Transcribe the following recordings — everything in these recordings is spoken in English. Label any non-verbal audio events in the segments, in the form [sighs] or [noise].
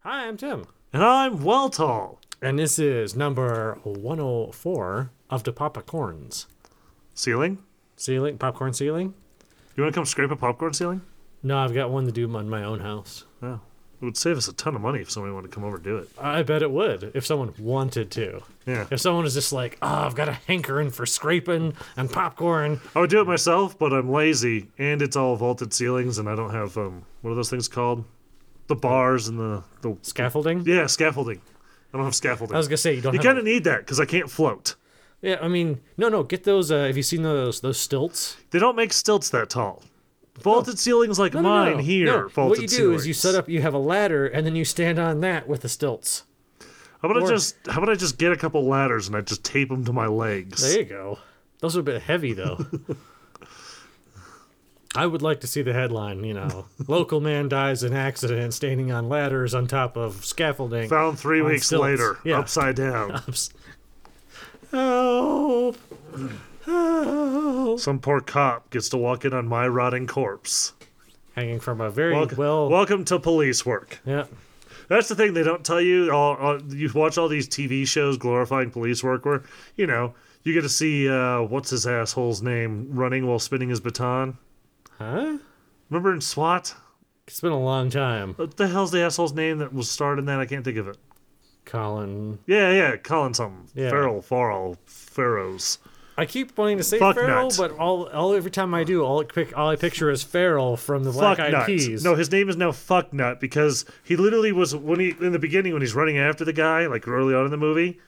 Hi, I'm Tim. And I'm well tall. And this is number 104 of the Popcorns. Ceiling? Ceiling? Popcorn ceiling? You want to come scrape a popcorn ceiling? No, I've got one to do on my own house. No. It would save us a ton of money if somebody wanted to come over and do it. I bet it would if someone wanted to. Yeah. If someone was just like, oh, I've got a hankering for scraping and popcorn. I would do it myself, but I'm lazy and it's all vaulted ceilings and I don't have um what are those things called? The bars and the the Scaffolding? Yeah, scaffolding. I don't have scaffolding. I was going to say, you don't you have. kind of need that because I can't float. yeah, I mean, no, no, get those. Uh, have you seen those those stilts? They don't make stilts that tall. Vaulted ceilings like No, no, mine no, no. here. No, vaulted What you do ceilings. is you set up, you have a ladder, and then you stand on that with the stilts. How about or- I just how about I just get a couple ladders and I just tape them to my legs? There you go. Those are a bit heavy, though. [laughs] I would like to see the headline, you [laughs] know, local man dies in accident standing on ladders on top of scaffolding. Found three On weeks stilts. later, Yeah. [laughs] upside down. Help! Help! Some poor cop gets to walk in on my rotting corpse. Hanging from a very Welcome, well. welcome to police work. yeah. That's the thing they don't tell you. All, all you watch all these TV shows glorifying police work, where you know you get to see uh, what's his asshole's name running while spinning his baton. Huh? Remember in SWAT, It's been a long time. what the hell's the asshole's name that was starred in that? I can't think of it. Colin. Yeah, yeah, Colin something. Yeah. Farrell, Farrell, Farrows. I keep wanting to say Fuck Farrell, nut. but all, all every time I do, all, it pic- all I picture is Farrell from the Black Eyed Fucknut. Peas. No, his name is now Fucknut because he literally was when he in the beginning when he's running after the guy, like early on in the movie,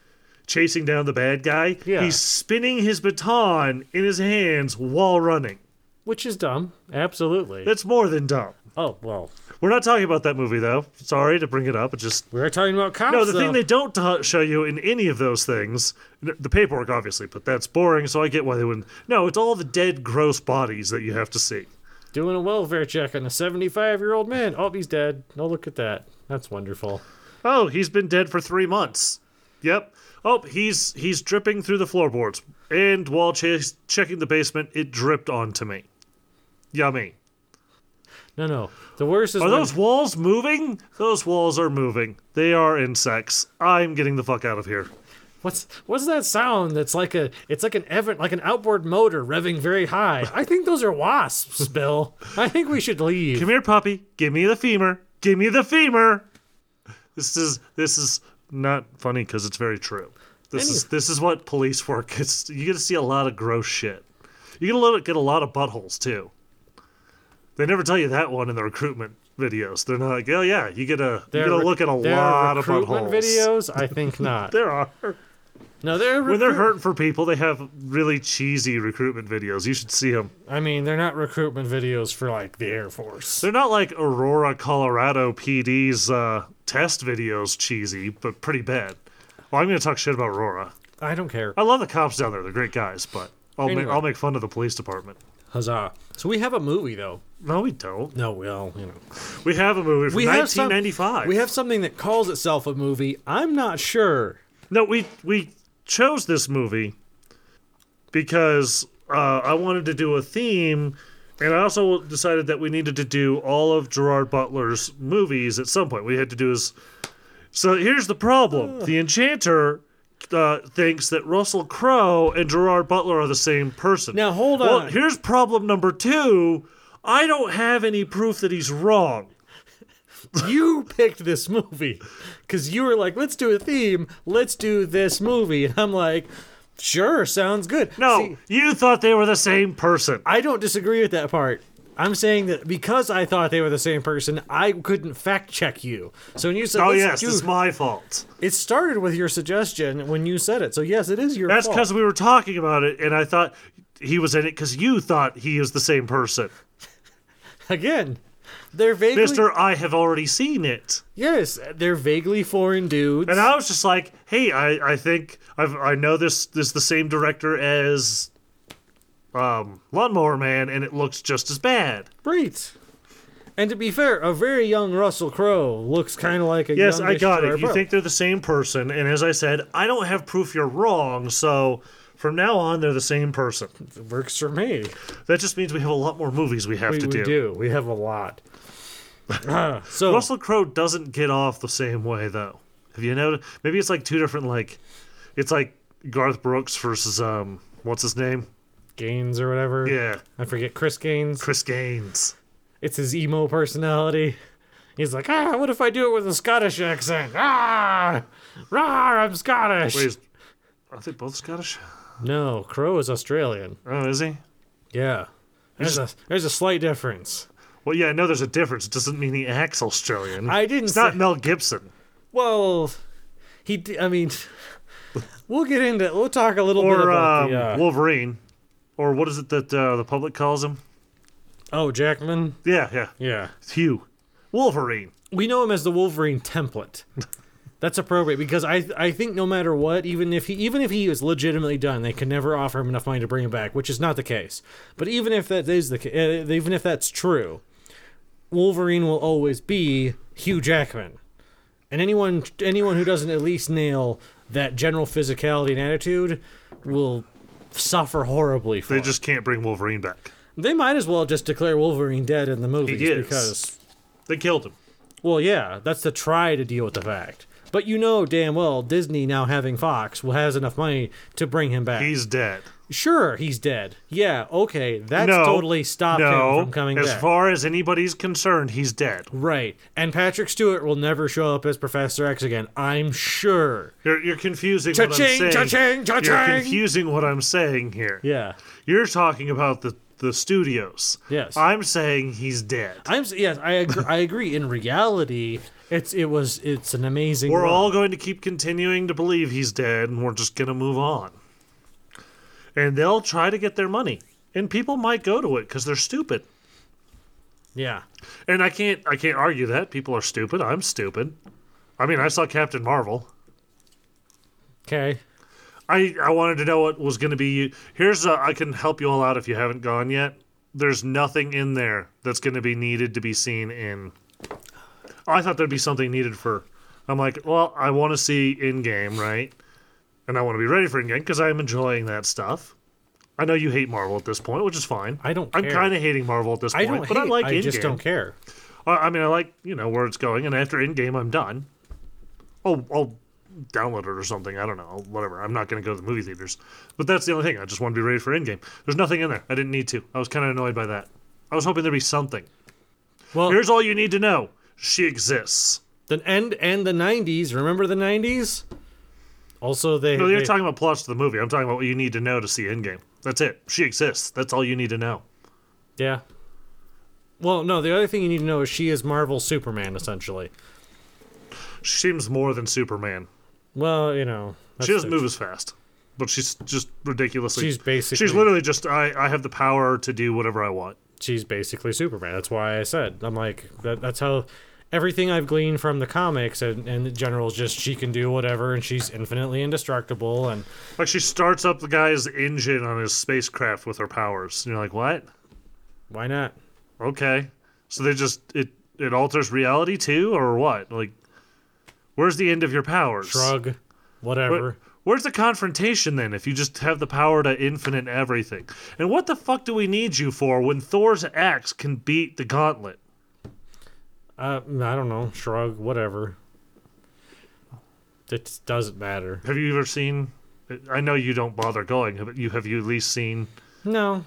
chasing down the bad guy. Yeah. He's spinning his baton in his hands while running. Which is dumb. Absolutely. That's more than dumb. oh, well. We're not talking about that movie though. Sorry to bring it up. It just We are talking about cops. no, the though. thing they don't t- show you in any of those things, n- the paperwork obviously, but that's boring. So I get why they wouldn't. No, it's all the dead, gross bodies that you have to see. doing a welfare check on a 75 year old man. Oh, he's dead. No, look at that. That's wonderful. Oh, he's been dead for three months. Yep. Oh, he's he's dripping through the floorboards. And while ch- checking the basement, it dripped onto me. Yummy. No, no. The worst is Are when, those walls moving? Those walls are moving. They are insects. I'm getting the fuck out of here. what's what's that sound? That's like a it's like an ev- like an outboard motor revving very high. I think those are [laughs] wasps, Bill. I think we should leave. Come here, puppy. Give me the femur. Give me the femur. This is this is not funny because it's very true. This Any- is this is what police work. It's you get to see a lot of gross shit. You get to get a lot of buttholes too. They never tell you that one in the recruitment videos. They're not like, oh yeah, you get a you get Their to rec- look at a their lot of recruitment buttholes. videos. I think [laughs] not. There are no, they're when they're recruit- hurting for people, they have really cheesy recruitment videos. You should see them. I mean, they're not recruitment videos for like the Air Force. They're not like Aurora, Colorado PD's uh, test videos cheesy, but pretty bad. Well, I'm going to talk shit about Aurora. I don't care. I love the cops down there. They're great guys, but I'll, Anyway. make, I'll make fun of the police department. Huzzah! So we have a movie though. No, we don't. No, well, you know. We have a movie from we have some- 1995. we have something that calls itself a movie. I'm not sure. No, we, we chose this movie because uh, I wanted to do a theme, and I also decided that we needed to do all of Gerard Butler's movies at some point. We had to do his. So here's the Ah. problem: the Enchanter uh, thinks that Russell Crowe and Gerard Butler are the same person. Now, hold Well, on. here's problem number two: I don't have any proof that he's wrong. You picked this movie because you were like, "Let's do a theme. Let's do this movie," and I'm like, "Sure, sounds good." No, See, you thought they were the same person. I don't disagree with that part. I'm saying that because I thought they were the same person, I couldn't fact check you. So when you said, Oh "Let's yes, do," this is my fault. it started with your suggestion when you said it. So yes, it is your That's fault. because we were talking about it, and I thought he was in it because you thought he is the same person, again, they're vaguely Mister. I have already seen it, yes, they're vaguely foreign dudes. and I was just like, "Hey, I, I think I've, I know this this is the same director as um, Lawnmower Man, and it looks just as bad." Great. And to be fair, a very young Russell Crowe looks kind of like a Yes, I youngish got it. Gerard You Butler. think they're the same person, and as I said, I don't have proof you're wrong, so. From now on, they're the same person. it works for me? That just means we have a lot more movies we have We, to [laughs] we do. We have a lot. Uh, So Russell Crowe doesn't get off the same way though. Have you noticed? Maybe it's like two different like, it's like Garth Brooks versus um, what's his name? Gaines or whatever. Yeah, I forget Chris Gaines. Chris Gaines. It's his emo personality. He's like, ah, what if I do it with a Scottish accent? Ah, rah, I'm Scottish. Wait, is- are they both Scottish? No, Crow is Australian. Oh, is he? Yeah, there's a there's a slight difference. Well, yeah, I know there's a difference. It doesn't mean he acts Australian. I didn't It's not say- Mel Gibson Well, he. d- I mean, [laughs] we'll get into. We'll talk a little bit or about um, the. Uh, Wolverine, or what is it that uh, the public calls him? oh, Jackman. Yeah, yeah, Yeah, it's Hugh, Wolverine. we know him as the Wolverine [laughs] template. That's appropriate because I I think no matter what, even if he even if he is legitimately done, they can never offer him enough money to bring him back, which is not the case. But even if that is the ca- uh, even if that's true, Wolverine will always be Hugh Jackman, and anyone anyone who doesn't at least nail that general physicality and attitude will suffer horribly. For They it. just can't bring Wolverine back. they might as well just declare Wolverine dead in the movies is. because They killed him. well, yeah, that's to try to deal with the fact. But you know damn well Disney now having Fox will has enough money to bring him back. He's dead. sure, he's dead. Yeah, okay, that's no, totally stopped no. him from coming as back. far as anybody's concerned, he's dead. right, and Patrick Stewart will never show up as Professor X again. I'm sure. You're, you're confusing what I'm Cha-ching, saying. cha-ching, You're cha-ching. confusing what I'm saying here. Yeah, You're talking about the, the studios. Yes. I'm saying he's dead. I'm. s- Yes, I agree. I agree. In reality, it's it was it's an amazing. We're run. all going to keep continuing to believe he's dead, and we're just going to move on. And they'll try to get their money, and people might go to it because they're stupid. yeah. And I can't, I can't argue that people are stupid. I'm stupid. I mean, I saw Captain Marvel. Okay. I, I wanted to know what was going to be. Here's a, I can help you all out if you haven't gone yet. There's nothing in there that's going to be needed to be seen in. I thought there'd be something needed for. I'm like, well, I want to see in game, right? And I want to be ready for in game because I'm enjoying that stuff. I know you hate Marvel at this point, which is fine. I don't I'm care. kind of hating Marvel at this I point, don't. but I hate- like I in just game. don't care. I I mean, I like you know where it's going, and after in game, I'm done. I'll, I'll download it or something. I don't know, whatever. I'm not going to go to the movie theaters, but that's the only thing. I just want to be ready for in game. There's nothing in there. I didn't need to. I was kind of annoyed by that. I was hoping there'd be something. Well, Here's all you need to know: she exists. The and and the nineties. Remember the nineties? Also, they, No, you're they- talking about plots to the movie. I'm talking about what you need to know to see in game. That's it. She exists. That's all you need to know. yeah. Well, no. The other thing you need to know is she is Marvel Superman essentially. She seems more than Superman. Well, you know, that's she doesn't the- move as fast, but she's just ridiculously. She's basically- She's literally just. I. I have the power to do whatever I want. She's basically Superman. That's why I said I'm like that, that's how everything I've gleaned from the comics and and the general is just she can do whatever and she's infinitely indestructible and Like she starts up the guy's engine on his spacecraft with her powers. And you're like, what? why not? Okay. So they just it it alters reality too, or what? Like, where's the end of your powers? Shrug, whatever. Where- Where's the confrontation then? If you just have the power to infinite everything, and what the fuck do we need you for when Thor's axe can beat the gauntlet? Uh, I don't know. Shrug, whatever. It doesn't matter. Have you ever seen? I know you don't bother going. Have you? Have you at least seen? No.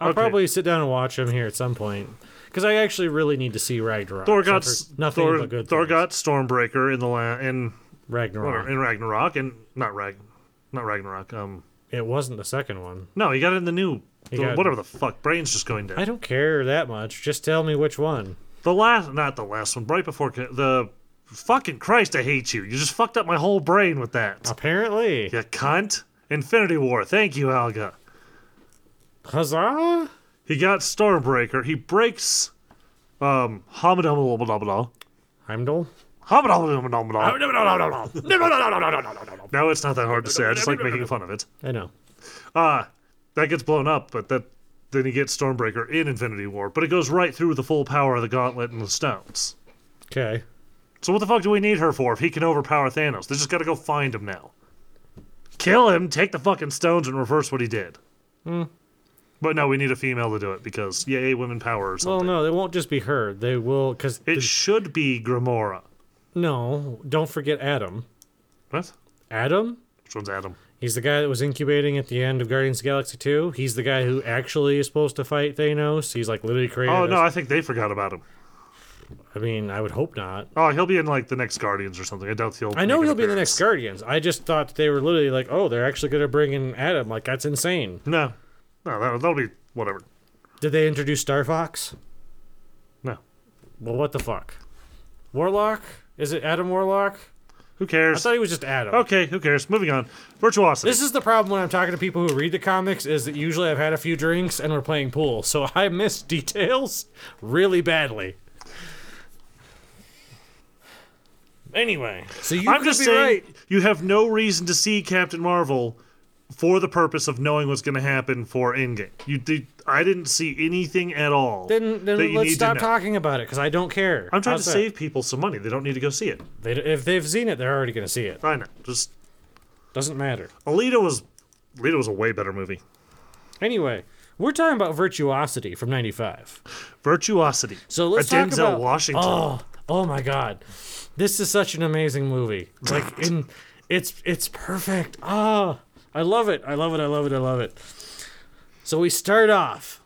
I'll Okay. probably sit down and watch him here at some point. Because I actually really need to see Ragnarok. Thor I've got heard s- nothing Thor, but good Thor things. got Stormbreaker in the la- in Ragnarok. in Ragnarok and not Rag, not Ragnarok. Um, It wasn't the second one. no, he got it in the new He the- got- whatever the fuck. Brain's just going I down. don't care that much. Just tell me which one. The last, not the last one, right before ca- the fucking Christ. I hate you. You just fucked up my whole brain with that. Apparently. You cunt. Infinity War. Thank you, Alga. Huzzah? He got Stormbreaker. He breaks. Um, Hamadamadamadamada. Heimdall? Hamadamadamadamada. Now it's not that hard to say. I just like making fun of it. I know. Ah, that gets blown up, but that then he gets Stormbreaker in Infinity War, but it goes right through the full power of the Gauntlet and the stones. Okay. So what the fuck do we need her for if he can overpower Thanos? They just got to go find Hmm. him now. Kill him, take the fucking stones, and reverse what he did. But no, we need a female to do it because yay, women power or Well, something. no, they won't just be her. They will because It should be Grimora. no, don't forget Adam. What? Adam. Which one's Adam? He's the guy that was incubating at the end of Guardians of the Galaxy 2. He's the guy who actually is supposed to fight Thanos. He's like literally created. Oh as- no, I think they forgot about him. I mean, I would hope not. Oh, he'll be in like the next Guardians or something. I doubt he'll. I know he'll be in the next Guardians. I just thought they were literally like, oh, they're actually going to bring in Adam. Like, that's insane. No, no, that'll, that'll be whatever. Did they introduce Star Fox? No, Well, what the fuck? Warlock? Is it Adam Warlock? who I cares? thought he was just Adam. Okay, who cares? Moving on. Virtuosity. This is the problem when I'm talking to people who read the comics is that usually I've had a few drinks and we're playing pool, so [laughs] I miss details really badly. Anyway, so you I'm could just be saying right. you have no reason to see Captain Marvel for the purpose of knowing what's going to happen for Endgame. You did. I didn't see anything at all. Then, that then you need let's to stop know. talking about it because I don't care. I'm trying How's to that? save people some money. They don't need to go see it. They, if they've seen it, they're already going to see it. I know. Just Doesn't matter. Alita was Alita was a way better movie. Anyway, we're talking about virtuosity from '95. Virtuosity. So let's a talk Denzel about Washington. Oh, oh my God, this is such an amazing movie. Like in, it's it's perfect. Ah, I love it. I love it. I love it. I love it. So we start off.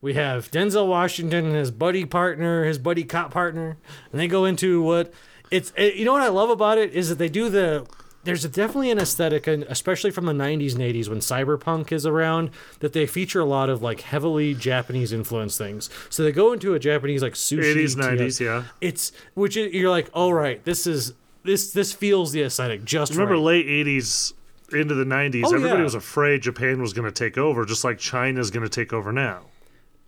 We have Denzel Washington and his buddy partner, his buddy cop partner, and they go into what it's. It, you know what I love about it is that they do the. There's definitely an aesthetic, and especially from the '90s and '80s when cyberpunk is around, that they feature a lot of like heavily Japanese influenced things. So they go into a Japanese like sushi. 80s, to- 90s, yeah. It's which is, you're like, all right, this is this this feels the aesthetic just Remember right. late 80s into the 90s, Oh, everybody yeah. was afraid Japan was going to take over, just like China's going to take over now.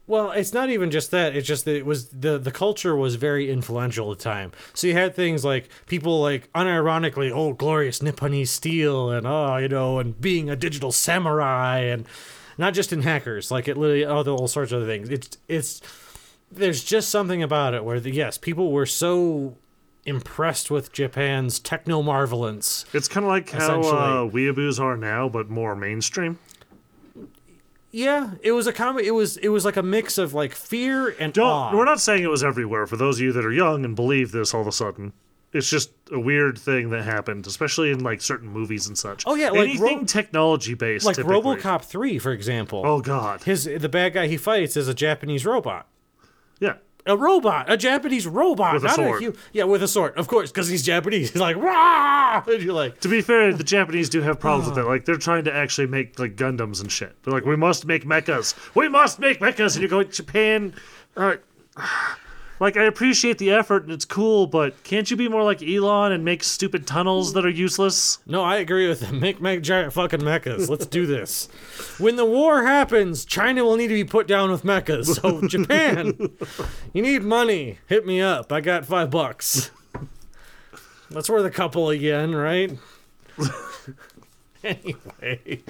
Well, it's not even just that. It's just that it was the the culture was very influential at the time. So you had things like people like unironically, oh, glorious Nipponese steel, and oh, you know, and being a digital samurai, and not just in hackers, like it literally other all sorts of other things. It's it's there's just something about it where the, yes, people were so impressed with Japan's techno marvelance It's kind of like how Essentially. uh, weeaboos are now, but more mainstream. Yeah, it was a comedy. It was it was like a mix of like fear and Don't. awe. We're not saying it was everywhere. For those of you that are young and believe this all of a sudden, it's just a weird thing that happened, especially in like certain movies and such. Oh, yeah, like anything Ro- technology based, like typically. RoboCop three, for example. Oh God, His the bad guy he fights is a Japanese robot. yeah. A robot, a Japanese robot, With a not sword. hu- yeah, with a sword, of course, because he's Japanese. [laughs] He's like, rah, and you're like, To be fair, the Japanese do have problems with that. Like they're trying to actually make like Gundams and shit. They're like, we must make mechas. We must make mechas, and you're going Japan. Uh, [sighs] like I appreciate the effort and it's cool, but can't you be more like Elon and make stupid tunnels that are useless? no, I agree with [laughs] him. Make make giant fucking mechas. Let's do this. when the war happens, China will need to be put down with mechas. So Japan, you need money? Hit me up. I got five bucks. That's worth a couple of yen, right? [laughs] anyway,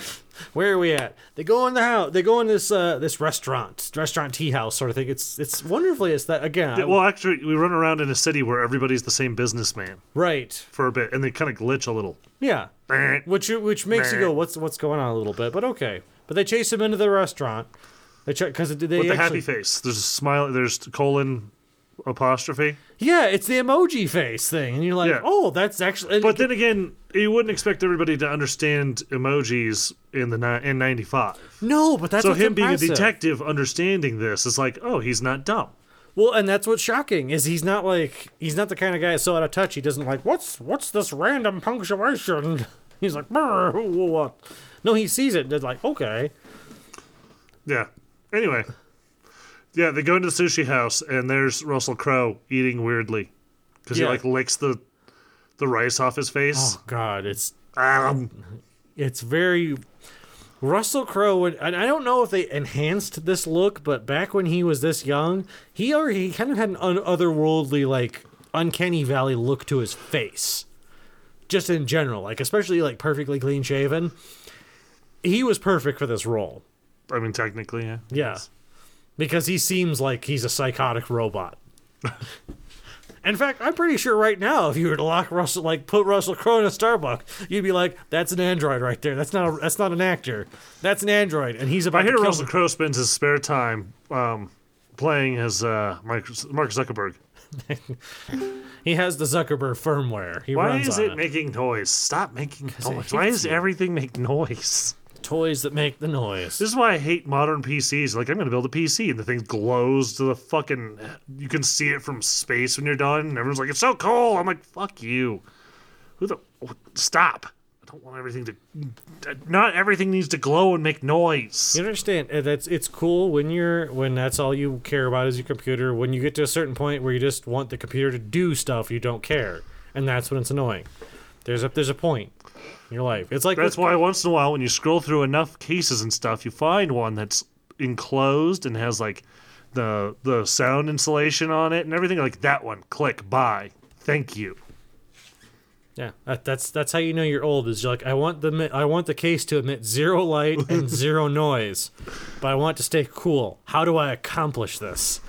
where are we at? They go in the house. They go in this uh, this restaurant, restaurant tea house sort of thing. It's it's wonderfully it's that again. I- Well, actually, we run around in a city where everybody's the same businessman right? for a bit, and they kind of glitch a little. Yeah. Meh. Which which makes you Meh. go, what's what's going on a little bit, but okay. But they chase him into the restaurant. They check because they With the happy actually, face, there's a smile. There's colon apostrophe. yeah, it's the emoji face thing, and you're like, Yeah. oh, that's actually. and But then again, you wouldn't expect everybody to understand emojis in the ni- in '95. no, but that's So what's him being a impressive. detective, understanding this is like, oh, he's not dumb. Well, and that's what's shocking is he's not like he's not the kind of guy that's so out of touch. He doesn't like what's what's this random punctuation. [laughs] He's like, "Brr, who- what? No, he sees it. And they're like, okay, Yeah. Anyway, yeah, they go into the sushi house and there's Russell Crowe eating weirdly because Yeah. he like licks the the rice off his face. oh god, it's Um, it's very Russell Crowe would- and I don't know if they enhanced this look, but back when he was this young, he already he kind of had an un- otherworldly like uncanny valley look to his face. Just in general, like especially like perfectly clean shaven. He was perfect for this role. I mean, technically, yeah. Yeah. Because he seems like he's a psychotic robot. [laughs] In fact, I'm pretty sure right now, if you were to lock Russell, like put Russell Crowe in a Starbucks, you'd be like, "That's an android right there. That's not. A, that's not an actor. That's an android." And he's about. I hear to kill Russell Crowe spends his spare time um, playing as uh, Mark Mark Zuckerberg. He has the Zuckerberg firmware. He Why runs is on it making noise? Stop making it noise. Why hits does you. everything make noise? Toys that make the noise. This is why I hate modern PCs. Like, I'm going to build a PC, and the thing glows to the fucking. You can see it from space when you're done, and everyone's like, it's so cool. I'm like, fuck you. Who the. Stop. I don't want everything to. Not everything needs to glow and make noise. You understand? uh, That's it's cool when you're when that's all you care about is your computer. When you get to a certain point where you just want the computer to do stuff, you don't care, and that's when it's annoying. There's a there's a point in your life. It's like That's with- why once in a while, when you scroll through enough cases and stuff, you find one that's enclosed and has like the the sound insulation on it and everything. Like that one, click buy. Thank you. yeah. That, that's that's how you know you're old. Is you're like I want the mi- I want the case to emit zero light and [laughs] zero noise, but I want it to stay cool. How do I accomplish this?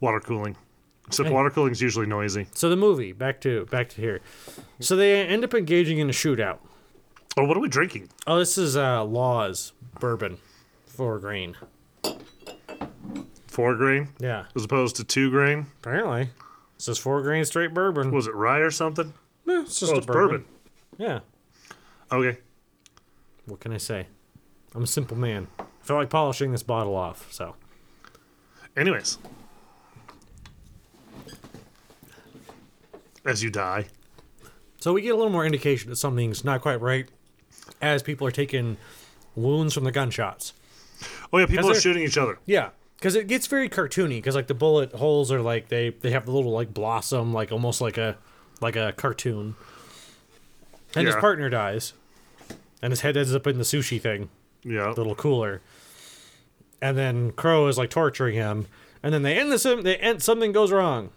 Water cooling. Except water cooling's usually noisy. So the movie back to back to here. So they end up engaging in a shootout. Or what are we drinking? Oh, this is uh, Laws bourbon, four grain. Four grain Yeah. as opposed to two grain. Apparently. It says four grain straight bourbon. Was it rye or something? Eh, it's just Oh, a it's bourbon. Yeah. Okay. What can I say? I'm a simple man. I felt like polishing this bottle off, so. Anyways, as you die, So we get a little more indication that something's not quite right as people are taking wounds from the gunshots. oh yeah, people are there- shooting each other. Yeah. Because it gets very cartoony, because like the bullet holes are like they they have the little like blossom, like almost like a like a cartoon. And his Yeah. partner dies, and his head ends up in the sushi thing. Yeah. little cooler. And then Crow is like torturing him, and then they end this. They end something goes wrong,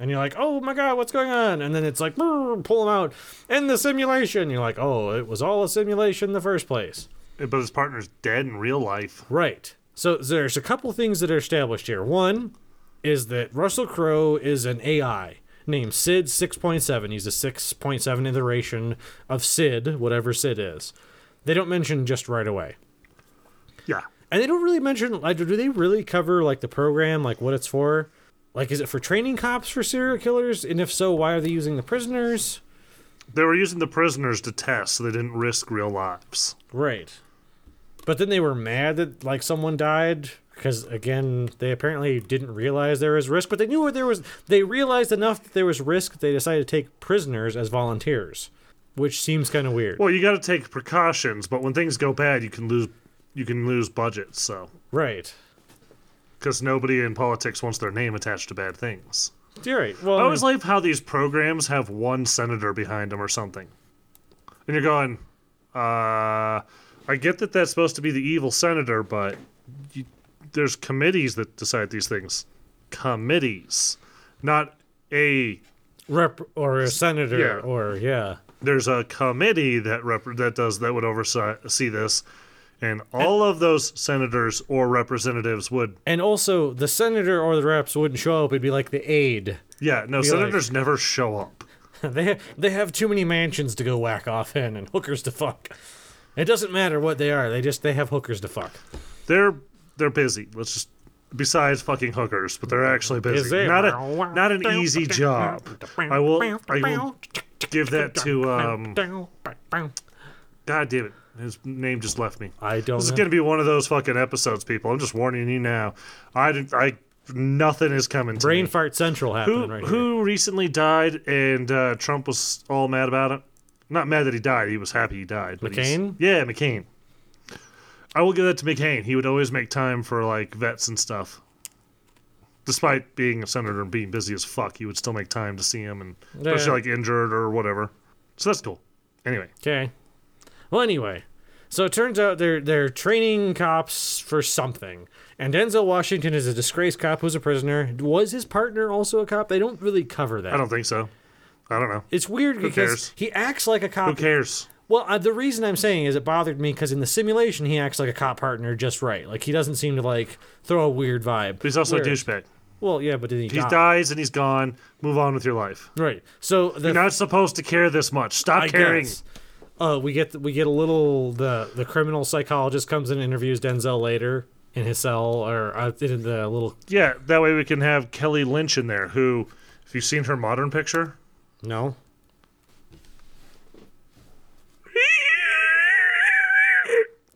and you're like, "Oh my god, what's going on?" And then it's like, "Brr, "Pull him out!" End the simulation. You're like, "Oh, it was all a simulation in the first place." But his partner's dead in real life. Right. So there's a couple things that are established here. One is that Russell Crowe is an AI named Sid 6.7. He's a 6.7 iteration of Sid, whatever Sid is. They don't mention just right away. Yeah. And they don't really mention like do they really cover like the program, like what it's for? Like is it for training cops for serial killers? And if so, why are they using the prisoners? They were using the prisoners to test, so they didn't risk real lives. Right. But then they were mad that like someone died because again, they apparently didn't realize there was risk, but they knew what there was they realized enough that there was risk that they decided to take prisoners as volunteers, which seems kind of weird. Well, you got to take precautions, but when things go bad, you can lose you can lose budget. So, right. because nobody in politics wants their name attached to bad things. You're right. Well, I always like how these programs have one senator behind them or something, and you're going, uh, I get that that's supposed to be the evil senator, but you, there's committees that decide these things. Committees, not a rep or a senator Yeah. or yeah. there's a committee that rep- that does that would oversee this, and all of those senators or representatives would. And also, the senator or the reps wouldn't show up. It'd be like the aide. [laughs] Yeah, no, like- senators never show up. they they have too many mansions to go whack off in and hookers to fuck. It doesn't matter what they are. They just they have hookers to fuck. They're they're busy. Let's just besides fucking hookers, but they're actually Is busy. it? Not a not an easy job. I will I will give that to um. God damn it, his name just left me. I don't. This is know. going to be one of those fucking episodes, people. I'm just warning you now. I didn't- I nothing is coming. To Brain me. fart central happening Who, right here. who recently died and uh, Trump was all mad about it? Not mad that he died. He was happy he died. but he's- McCain? Yeah, McCain. I will give that to McCain. He would always make time for like vets and stuff. Despite being a senator and being busy as fuck, he would still make time to see him and especially Yeah. like injured or whatever. So that's cool. Anyway, Okay. Well, anyway, so it turns out they're they're training cops for something, and Denzel Washington is a disgraced cop who's a prisoner. Was his partner also a cop? They don't really cover that. I don't think so. I don't know. It's weird because cares? he acts like a Who cop. cares? Well, uh, the reason I'm saying is it bothered me because in the simulation he acts like a cop partner just right. Like he doesn't seem to like throw a weird vibe. But he's also Where- a douchebag. Well, yeah, but then he, He died. dies and he's gone. Move on with your life. Right. So the You're not supposed to care this much. Stop I caring. guess. Uh, we get we get a little the the criminal psychologist comes in and interviews Denzel later in his cell or uh, in the little Yeah, that way we can have Kelly Lynch in there. Who, if you've seen her modern picture, no.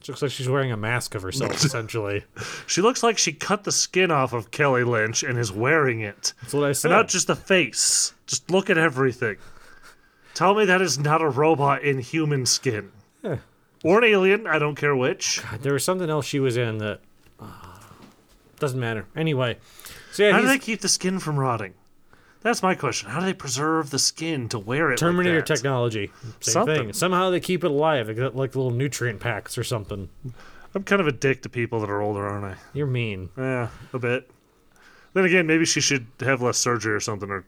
She looks like she's wearing a mask of [laughs] herself essentially. she looks like she cut the skin off of Kelly Lynch and is wearing it. That's what I said. And not just the face. Just look at everything. Tell me that is not a robot in human skin. Yeah. Or an alien, I don't care which. there was something else she was in that uh, doesn't matter. Anyway, so yeah, How do he's they keep the skin from rotting? That's my question. How do they preserve the skin to wear it? Terminator like that? technology. Same Something. thing. Somehow they keep it alive. They got like little nutrient packs or something. I'm kind of a dick to people that are older, aren't I? You're mean. Yeah, a bit. Then again, maybe she should have less surgery or something, or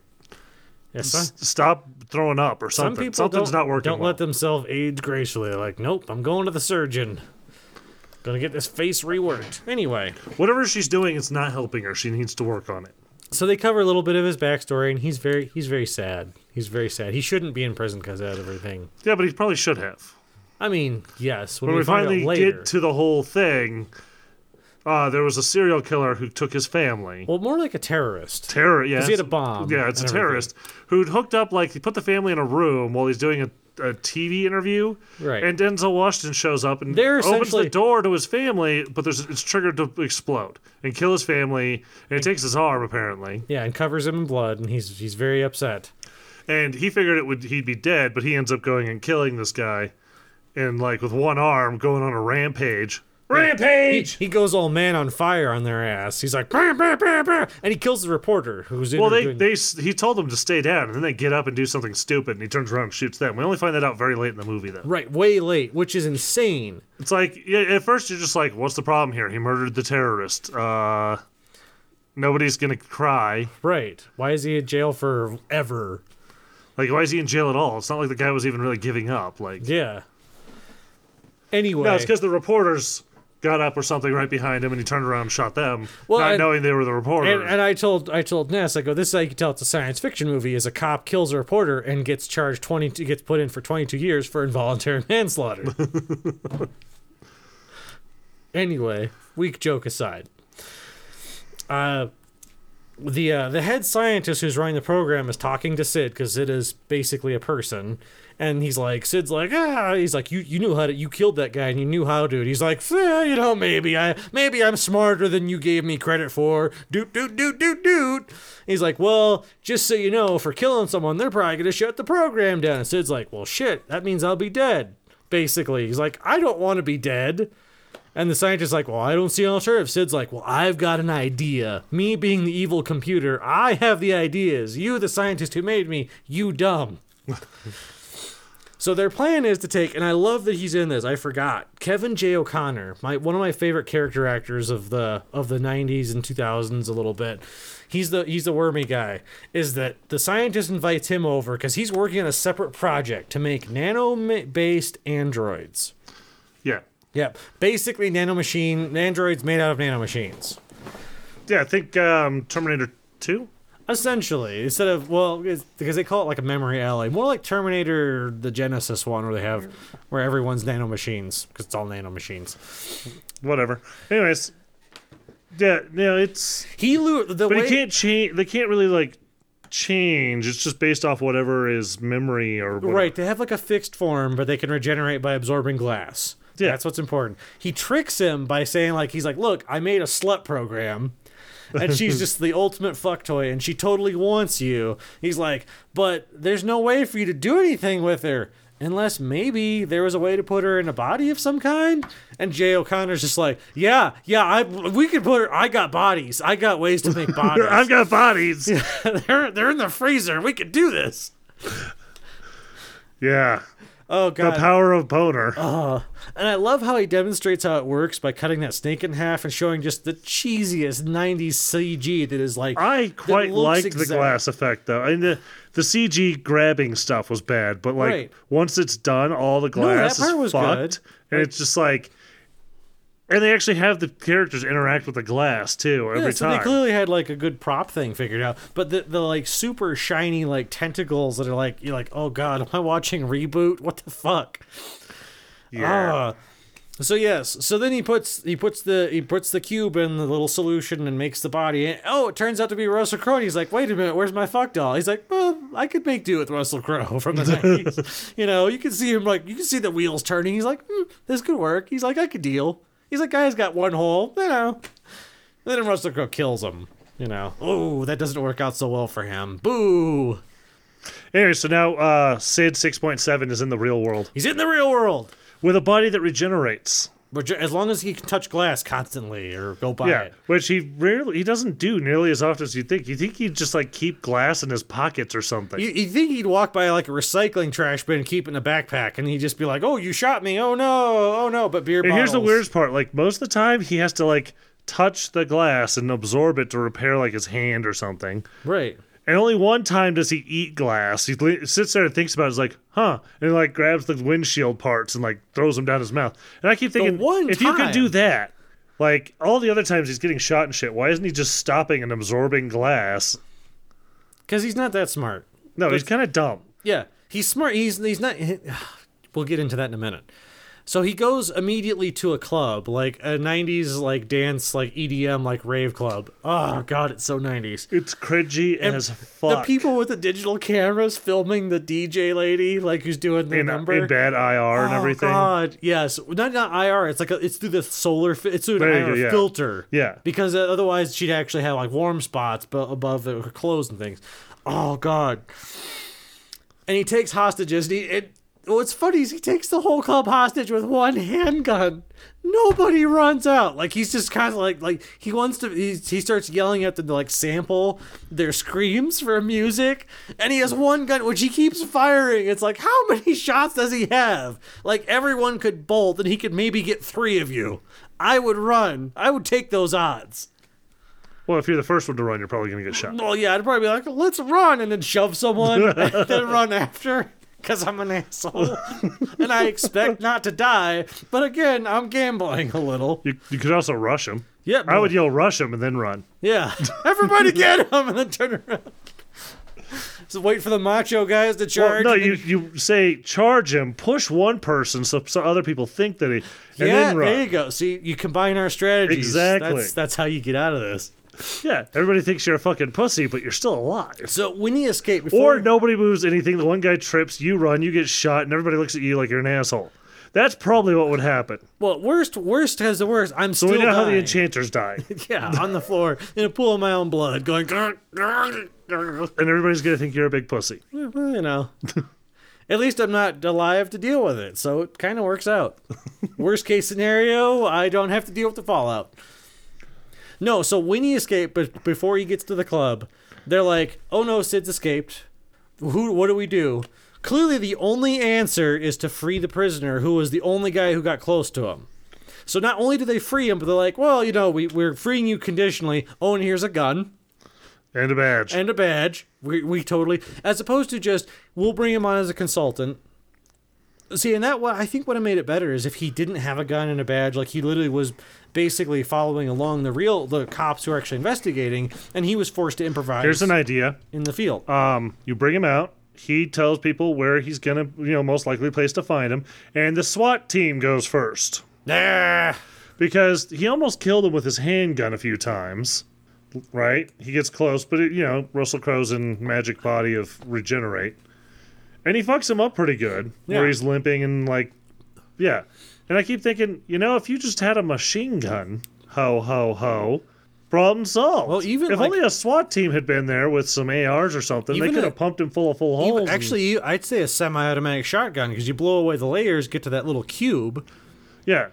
Yeah, so- s- stop throwing up or something. Some people Something's don't, not working. Don't well. let themselves age gracefully. They're Like, nope, I'm going to the surgeon. Gonna get this face reworked. Anyway, Whatever she's doing, it's not helping her. She needs to work on it. so they cover a little bit of his backstory, and he's very he's very sad. He's very sad. He shouldn't be in prison because of everything. Yeah, but he probably should have. I mean, yes, when, When we, find finally out later. get to the whole thing, uh, there was a serial killer who took his family. well, more like a terrorist. Terror, yeah. he had a it's- bomb Yeah, it's a and everything. terrorist who'd hooked up, like, he put the family in a room while he's doing a, a TV interview. Right. And Denzel Washington shows up and They're opens the essentially- door to his family, but there's it's triggered to explode and kill his family. And it takes his arm, apparently. Yeah, and covers him in blood, and he's he's very upset. And he figured it would he'd be dead, but he ends up going and killing this guy. And, like, with one arm, going on a rampage. He, Rampage! he goes all man on fire on their ass. He's like, "Bah, bah, bah, bah," and he kills the reporter who's Well, they, interviewing- they s- he told them to stay down, and then they get up and do something stupid, and he turns around and shoots them. We only find that out very late in the movie, though. right way late, which is insane. It's like yeah, at first you're just like, "What's the problem here? He murdered the terrorist. Uh, nobody's gonna cry. Right. Why is he in jail for ever? Like, why is he in jail at all? It's not like the guy was even really giving up. Like, Yeah. Anyway, no, it's because the reporters got up or something right behind him, and he turned around and shot them, Well, not and- knowing they were the reporters. and, and I told I told Ness, I go, this is how you can tell it's a science fiction movie is a cop kills a reporter and gets charged twenty gets put in for twenty two years for involuntary [laughs] [laughs] manslaughter. anyway, weak joke aside. Uh the uh, the head scientist who's running the program is talking to Sid because Sid is basically a person, and he's like Sid's like ah he's like you you knew how to you killed that guy and you knew how to and he's like "Eh, you know maybe I maybe I'm smarter than you gave me credit for doot doot doot doot doot he's like well just so you know for killing someone they're probably gonna shut the program down and Sid's like well shit that means I'll be dead basically he's like I don't want to be dead and the scientist's like, Well, I don't see an alternative. Sid's like, Well, I've got an idea. Me being the evil computer, I have the ideas. You, the scientist who made me, you dumb. so their plan is to take, and I love that he's in this. I forgot Kevin J. O'Connor, my one of my favorite character actors of the of the '90s and 2000s. A little bit, he's the he's the wormy guy. Is that the scientist invites him over because he's working on a separate project to make nano based androids. yeah, Yep. Basically, nanomachine androids made out of nanomachines. yeah. I think um, Terminator Two. Essentially, instead of well, it's, because they call it like a memory alley, more like Terminator, the Genesis one, where they have where everyone's nanomachines because it's all nanomachines. Whatever. Anyways, yeah. No, it's He lo- the but way he can't change. They can't really like change. It's just based off whatever is memory or whatever. right, they have like a fixed form, but they can regenerate by absorbing glass. Yeah. That's what's important. He tricks him by saying like he's like, look, I made a slut program. and she's just the ultimate fuck toy and she totally wants you. He's like, but there's no way for you to do anything with her unless maybe there was a way to put her in a body of some kind. And Jay O'Connor's just like, yeah, yeah, I we could put her. I got bodies. I got ways to make I've bodies. got bodies. [laughs] they're they're in the freezer. We could do this. Yeah. Oh The god. power of boner. uh, And I love how he demonstrates how it works by cutting that snake in half and showing just the cheesiest 90s CG that is like. I that quite looks liked the exact- glass effect though. I mean, the the CG grabbing stuff was bad, but like Right. once it's done, all the that glass part is was good. fucked, and it's just like And they actually have the characters interact with the glass too every Yeah, so time. they clearly had like a good prop thing figured out, but the, the like super shiny like tentacles that are like you're like oh god am I watching reboot what the fuck yeah. Ah. So yes, so then he puts he puts the he puts the cube in the little solution and makes the body. And, oh, it turns out to be Russell Crowe. And he's like, wait a minute, where's my fuck doll? He's like, well, I could make do with Russell Crowe [laughs] from the 90s. you know, you can see him like you can see the wheels turning. He's like, hmm, this could work. He's like, I could deal. He's like, guy's got one hole, you know. And then Russell Crowe kills him. You know, oh, that doesn't work out so well for him. Boo! Anyway, so now uh, Sid 6.7 is in the real world He's in the real world. with a body that regenerates. But ju- As long as he can touch glass constantly or go by Yeah, it. which he rarely he doesn't do nearly as often as you think. You think he'd just like keep glass in his pockets or something. You, you think he'd walk by like a recycling trash bin, and keep it in a backpack, and he'd just be like, "Oh, you shot me! Oh no! Oh no!" But beer and bottles. here's the weirdest part: like most of the time, he has to like touch the glass and absorb it to repair like his hand or something. Right. And only one time does he eat glass. He le- sits there and thinks about it. He's like, huh. And like grabs the windshield parts and like throws them down his mouth. And I keep thinking, one if you could time. do that, like all the other times he's getting shot and shit, why isn't he just stopping and absorbing glass? Because he's not that smart. No, he's kind of dumb. Yeah, he's smart. He's he's not. [sighs] we'll get into that in a minute. So he goes immediately to a club, like a '90s like dance, like EDM, like rave club. Oh god, it's so '90s. It's cringy as The fuck. people with the digital cameras filming the DJ lady, like who's doing the in, number in bad IR and Oh, everything. God, yes, not not IR. It's like a, it's through the solar. fi- It's through an There you IR go, yeah. filter. Yeah. because uh, otherwise she'd actually have like warm spots, but above the, her clothes and things. Oh God. And he takes hostages. And he, and what's funny is he takes the whole club hostage with one handgun. Nobody runs out. Like he's just kind of like like he wants to. He, he starts yelling at them to like sample their screams for music, and he has one gun which he keeps firing. It's like how many shots does he have? Like everyone could bolt, and he could maybe get three of you. I would run. I would take those odds. Well, if you're the first one to run, you're probably going to get shot. Well, yeah, I'd probably be like, let's run, and then shove [laughs] someone, and then run after, because I'm an asshole. and I expect not to die, but again, I'm gambling a little. You, you could also rush him. Yeah, I would yell, rush him and then run. [laughs] Yeah. Everybody get him, and then turn around. So wait for the macho guys to Well, charge. no, and you, then- you say charge him, push one person so, so other people think that he, and yeah, then run. there you go. See, you combine our strategies. Exactly. That's, that's how you get out of this. Yeah, everybody thinks you're a fucking pussy, but you're still alive. So when he escaped, before Or nobody moves anything. The one guy trips, you run, you get shot, and everybody looks at you like you're an asshole. That's probably what would happen. well, worst, worst has the worst. I'm So still we know how the dying. [laughs] enchanters die, and yeah, on the floor in a pool of my own blood, going. "Grr, grr, grr." everybody's gonna think you're a big pussy. eh, Well, you know, [laughs] at least I'm not alive to deal with it, so it kind of works out. Worst case scenario, I don't have to deal with the fallout. No, so when he escaped, but before he gets to the club, they're like, "Oh no, Sid's escaped. Who? What do we do?" Clearly, the only answer is to free the prisoner, who was the only guy who got close to him. So not only do they free him, but they're like, "Well, you know, we, we're freeing you conditionally. Oh, and here's a gun." And a badge. and a badge. We, we totally, as opposed to just we'll bring him on as a consultant. See, and that what I think would have made it better is if he didn't have a gun and a badge, like he literally was basically following along the real the cops who are actually investigating, and he was forced to improvise Here's an idea. in the field. Um, you bring him out. He tells people where he's gonna, you know, most likely place to find him, and the SWAT team goes first. nah. because he almost killed him with his handgun a few times. Right? He gets close, but it, you know Russell Crowe's in magic body of regenerate, and he fucks him up pretty good. Yeah. Where he's limping and like, yeah. And I keep thinking, you know, if you just had a machine gun, ho ho ho, problem solved. Well, even, if like- only a SWAT team had been there with some ARs or something, they Even could a- have pumped him full of full holes. Even, and- actually, you- I'd say a semi-automatic shotgun because you blow away the layers, get to that little cube, yeah.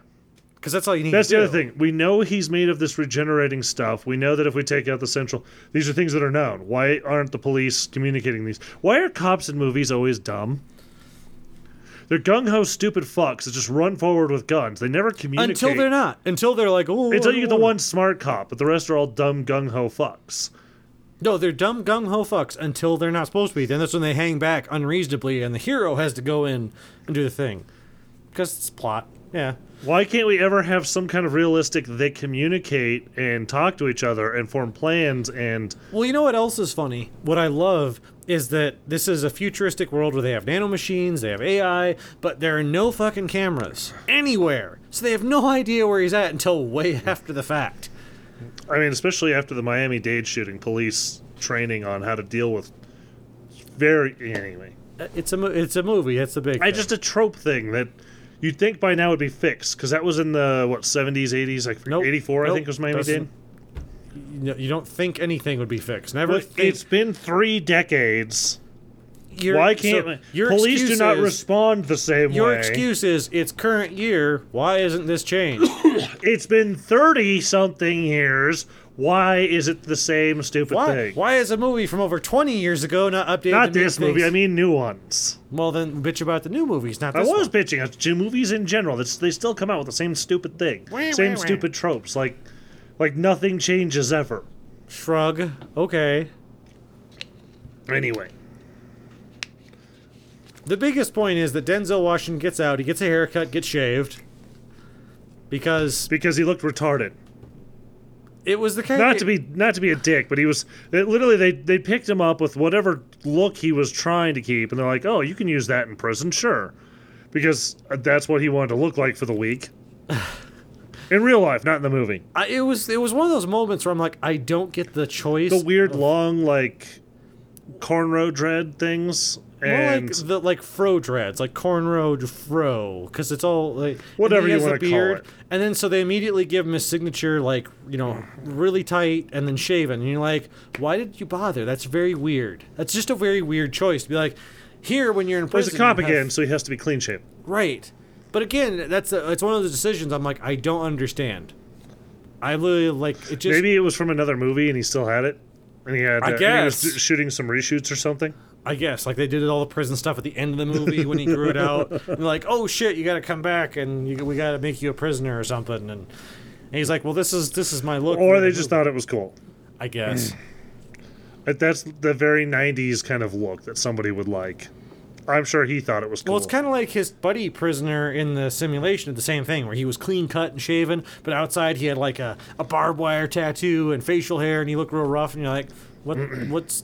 because that's all you need. That's to the other do. thing. We know he's made of this regenerating stuff. We know that if we take out the central, these are things that are known. Why aren't the police communicating these? Why are cops in movies always dumb? They're gung ho, stupid fucks that just run forward with guns. They never communicate Until they're not. Until they're like, oh, Until I you get don't the wanna- one smart cop, but the rest are all dumb gung ho fucks. No, they're dumb gung ho fucks until they're not supposed to be. Then that's when they hang back unreasonably, and the hero has to go in and do the thing because it's plot. Yeah. Why can't we ever have some kind of realistic they communicate and talk to each other and form plans and Well, you know what else is funny? What I love is that this is a futuristic world where they have nanomachines, they have AI, but there are no fucking cameras anywhere. So they have no idea where he's at until way [laughs] after the fact. I mean especially after the Miami Dade shooting police training on how to deal with very anyway. Uh, It's a mo- it's a movie. That's the big. I thing. just uh, a trope thing that you'd think by now would be fixed because that was in the what 70s 80s like Nope. 84 I Nope. think was Miami Dade. Doesn't- you, know, you don't think anything would be fixed. Never. But think it's been 3 decades. your- Why so can't your police do excuse not is- respond the same Your way? excuse is it's current year. Why isn't this [coughs] changed? It's been 30 something years. Why is it the same stupid Why? thing? Why is a movie from over 20 years ago not updated? Not to meet this movie, things- I mean new ones. well, then bitch about the new movies, not I this was one. bitching at j- movies in general. That's, they still come out with the same stupid thing, Wah, same wah, wah. stupid tropes. Like, like nothing changes ever. Shrug. Okay. Anyway, The biggest point is that Denzel Washington gets out. He gets a haircut, gets shaved, because because he looked retarded. it was the case. Not to be not to be a dick, but he was they, literally they they picked him up with whatever look he was trying to keep, and they're like, oh, you can use that in prison, sure, because uh, that's what he wanted to look like for the week. [sighs] in real life, not in the movie. I, it was. It was one of those moments where I'm like, I don't get the choice. the weird long like cornrow dread things More and like the like fro dreads, like cornrow fro, because it's all like and then Whatever he you has the wanna call beard, it. And then so they immediately give him his signature, like you know, really tight and then shaven. And you're like, why did you bother? That's very weird. That's just a very weird choice to be like. Here, when you're in he's prison, a cop you have- again so he has to be clean shaven right? But again, that's a, it's one of those decisions. I'm like, I don't understand. I literally like it. Just maybe it was from another movie and he still had it and he had uh, I and he was guess. sh- shooting some reshoots or something I guess like they did all the prison stuff at the end of the movie when he grew it [laughs] out. And they're like, oh shit, you got to come back and you, we got to make you a prisoner or something. And, and he's like, well, this is this is my look. or for they the just movie." thought it was cool I guess. But that's the very 90s kind of look that somebody would like i'm sure he thought it was cool Well, it's kind of like his buddy prisoner in the simulation did the same thing, where he was clean cut and shaven, but outside he had like a, a barbed wire tattoo and facial hair, and he looked real rough. And you're like, what? what's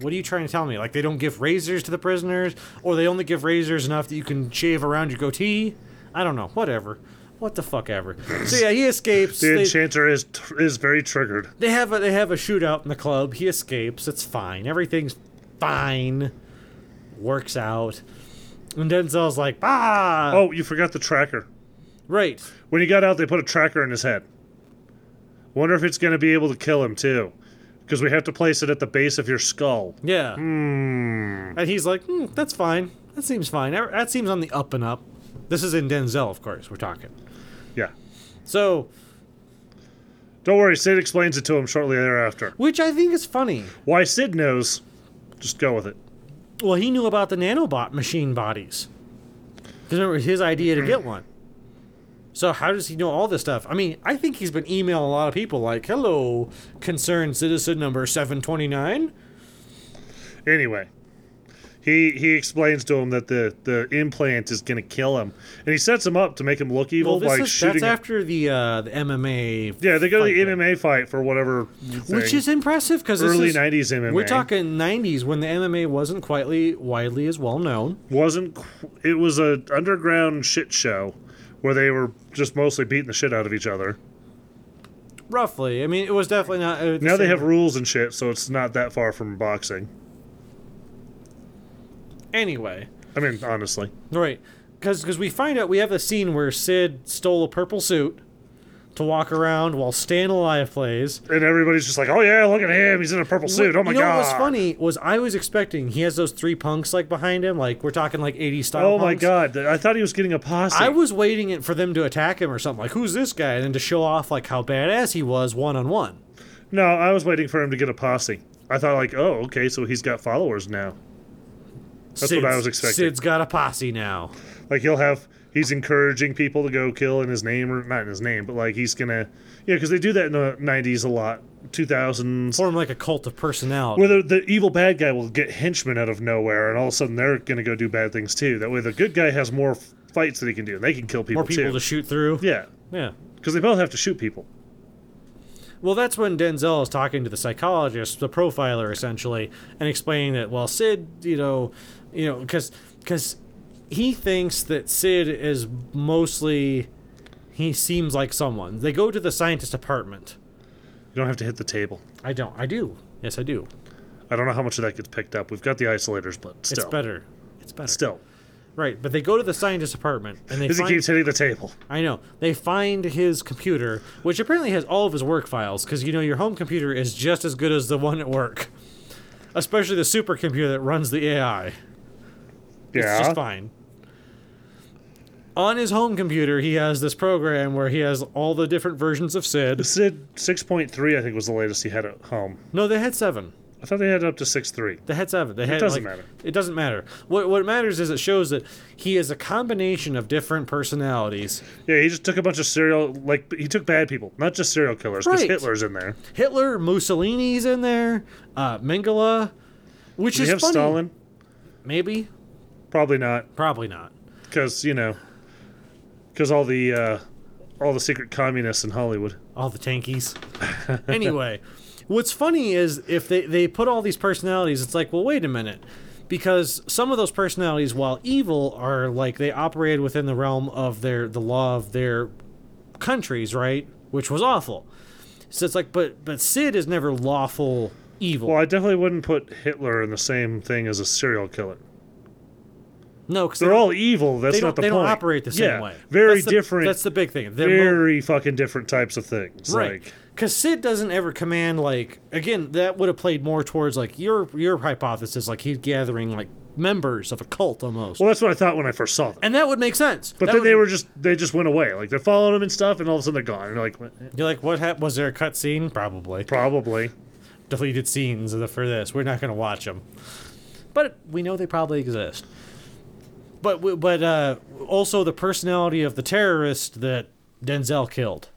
what are you trying to tell me? Like they don't give razors to the prisoners, or they only give razors enough that you can shave around your goatee? I don't know. Whatever. What the fuck ever. So yeah, he escapes. the They- Uh. enchanter is tr- is very triggered they have a they have a shootout in the club. He escapes. It's fine. Everything's fine. Works out. And Denzel's like, ah, oh you forgot the tracker right. when he got out they put a tracker in his head wonder if it's going to be able to kill him too because we have to place it at the base of your skull Yeah. And he's like, hmm, that's fine. That seems fine. That that seems on the up and up. This is in Denzel, of course, we're talking. yeah So, Don't worry, Sid explains it to him shortly thereafter. which I think is funny. Why Sid knows, just go with it. Well, he knew about the nanobot machine bodies. Because remember, it was his idea to get one. So how does he know all this stuff? I mean, I think he's been emailing a lot of people like, hello, concerned citizen number 729. Anyway, he he explains to him that the the implant is going to kill him, and he sets him up to make him look evil Well, this by is, Oh shooting. that's after the uh, the MMA, yeah, they go to the fight MMA fight for whatever, thing. which is impressive because early is, '90s MMA. We're talking 90s when the MMA wasn't quietly widely as well known. wasn't qu- it was a underground shit show where they were just mostly beating the shit out of each other. Roughly. I mean, it was definitely not. uh, the Now they same- have rules and shit, so it's not that far from boxing. Anyway. I mean, honestly, Right. Because we find out we have a scene where Sid stole a purple suit to walk around while Stan Alive plays. and everybody's just like, "Oh yeah, look at him! He's in a purple suit! Oh my you know god!" what was funny was I was expecting he has those three punks like behind him, like we're talking like 80s style. Oh my punks. god! I thought he was getting a posse. I was waiting it- for them to attack him or something. Like, who's this guy? And then to show off like how badass he was one on one. no, I was waiting for him to get a posse. I thought like, oh, okay, so he's got followers now. That's what I was expecting. Sid's got a posse now. Like he'll have, he's encouraging people to go kill in his name or not in his name, but like he's gonna, yeah, because they do that in the '90s a lot, 2000s, Form like a cult of personality. where the, the evil bad guy will get henchmen out of nowhere, and all of a sudden they're gonna go do bad things too. That way, the good guy has more f- fights that he can do. They can kill people, More people too. to shoot through. yeah, Yeah. because they both have to shoot people. Well, that's when Denzel is talking to the psychologist, the profiler, essentially, and explaining that well, Sid, you know, you know, because because he thinks that Sid is mostly he seems like someone. They go to the scientist apartment. You don't have to hit the table. I don't. I do. Yes, I do. I don't know how much of that gets picked up. We've got the isolators, but still, It's better. It's better. still, Right, but they go to the scientist apartment and they because he find keeps hitting the table. I know. They find his computer, which apparently has all of his work files, because you know your home computer is just as good as the one at work, especially the supercomputer that runs the AI. Yeah, It's just fine. On his home computer, he has this program where he has all the different versions of Sid. Sid six point three, I think, was the latest he had at home. No, they had seven. I thought they had up to six three. They had seven. They had doesn't like- matter. It doesn't matter. What what matters is it shows that he is a combination of different personalities. Yeah, he just took a bunch of serial, like he took bad people, not just serial killers. Because Right. Hitler's in there. Hitler, Mussolini's in there, uh, Mengele, which Do is you have funny. Stalin? Maybe, Probably not, probably not. because you know, because all the uh, all the secret communists in Hollywood. All the [laughs] tankies. anyway, what's funny is if they they put all these personalities, it's like, well, wait a minute, because some of those personalities, while evil, are like they operated within the realm of their the law of their countries, right? Which was awful. So it's like, but but Sid is never lawful evil. Well, I definitely wouldn't put Hitler in the same thing as a serial killer. no, because They're all evil. That's they don't not the they point. don't operate the same Yeah, way. Very That's the- different. That's the big thing. They're mo- very fucking different types of things. right Like, because sid doesn't ever command like again that would have played more towards like your your hypothesis like he's gathering like members of a cult almost well, that's what I thought when I first saw them. and that would make sense But then they were just they just went away. Like they're following him and stuff, and all of a sudden they're gone. And you're like, eh." "What?" you're like what hap- was there a cut scene probably probably. deleted scenes of the- for this we're not going to watch them but we know they probably exist but w- but uh, also the personality of the terrorist that denzel killed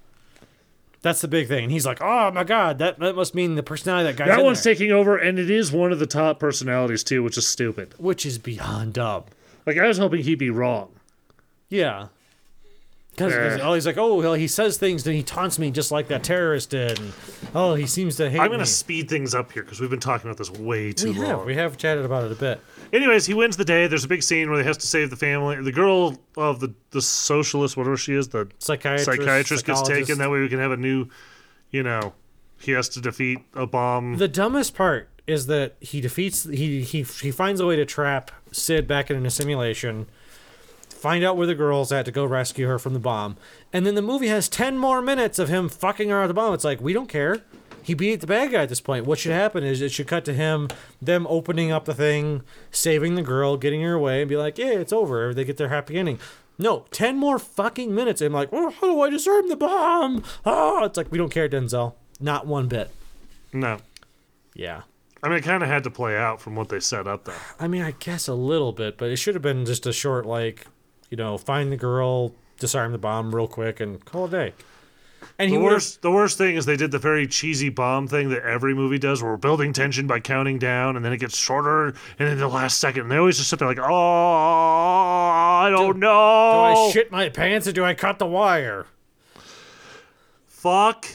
that's the big thing and he's like oh my god that, that must mean the personality of that guy That one's there, taking over, and it is one of the top personalities too, which is stupid. which is beyond dumb Like I was hoping he'd be wrong. Yeah. Because Eh. oh, he's like, oh, well, he says things and he taunts me just like that terrorist did. And, oh, he seems to hate I'm gonna me. speed things up here because we've been talking about this way too we long. have we have chatted about it a bit. Anyways, he wins the day. There's a big scene where he has to save the family. The girl of the the socialist, whatever she is, the Psychiatrist, psychiatrist gets taken. psychologist. That way we can have a new, you know, he has to defeat a bomb. The dumbest part is that he defeats he he he finds a way to trap Sid back in an assimilation. Find out where the girl's at to go rescue her from the bomb, and then the movie has ten more minutes of him fucking her at the bomb. It's like we don't care. He beat the bad guy at this point. What should happen is it should cut to him, them opening up the thing, saving the girl, getting her away, and be like, "Yeah, it's over." They get their happy ending. No, ten more fucking minutes. and I'm like, "Oh, how do I disarm the bomb?" Oh, it's like we don't care, Denzel. Not one bit. no, Yeah. I mean it kind of had to play out from what they set up though. I mean, I guess a little bit, but it should have been just a short, like, you know, find the girl, disarm the bomb real quick, and call it a day. And he The was worst, the worst thing is they did the very cheesy bomb thing that every movie does, where we're building tension by counting down, and then it gets shorter, and then the last second, and they always just sit there like, "Oh, I don't do know." I shit my pants or do I cut the wire? Fuck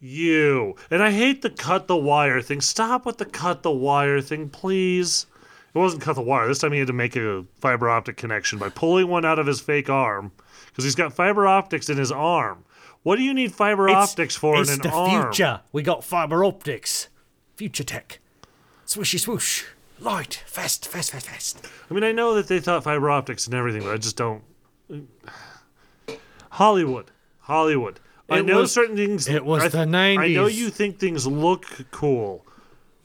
you. And I hate the cut the wire thing. Stop with the cut the wire thing, please. It wasn't cut the wire. This time he had to make a fiber optic connection by pulling one out of his fake arm because he's got fiber optics in his arm. What do you need fiber optics for it's in an the arm? future. We got fiber optics, future tech, swooshy swoosh, light, fast, fast, fast, fast. I mean, I know that they thought fiber optics and everything, but I just don't. Hollywood, Hollywood. I It know was- certain things. it was I, the I know 90s. you think things look cool,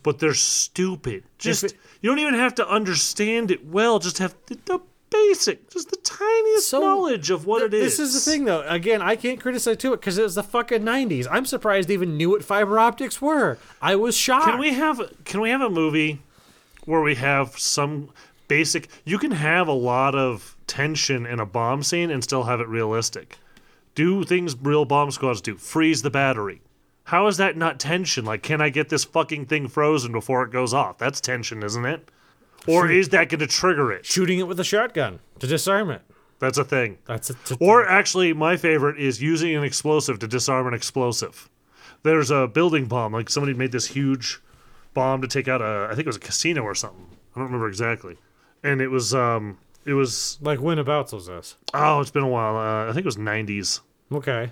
but they're stupid. Just it- you don't even have to understand it well. Just have the, the basic, just the tiniest So, knowledge of what it is. This is the thing, though. Again, I can't criticize too it because it was the fucking '90s. I'm surprised they even knew what fiber optics were. I was shocked. Can we have can we have a movie where we have some basic you can have a lot of tension in a bomb scene and still have it realistic. Do things real bomb squads do. Freeze the battery. How is that not tension? Like can I get this fucking thing frozen before it goes off? That's tension, isn't it? Or is that going to trigger it? shooting it with a shotgun to disarm it? That's a thing. That's a t- Or actually, my favorite is using an explosive to disarm an explosive. There's a building bomb. Like somebody made this huge bomb to take out a, I think it was a casino or something. I don't remember exactly. And it was, um, it was. like when abouts was this? Oh, it's been a while. Uh, I think it was 90s. Okay.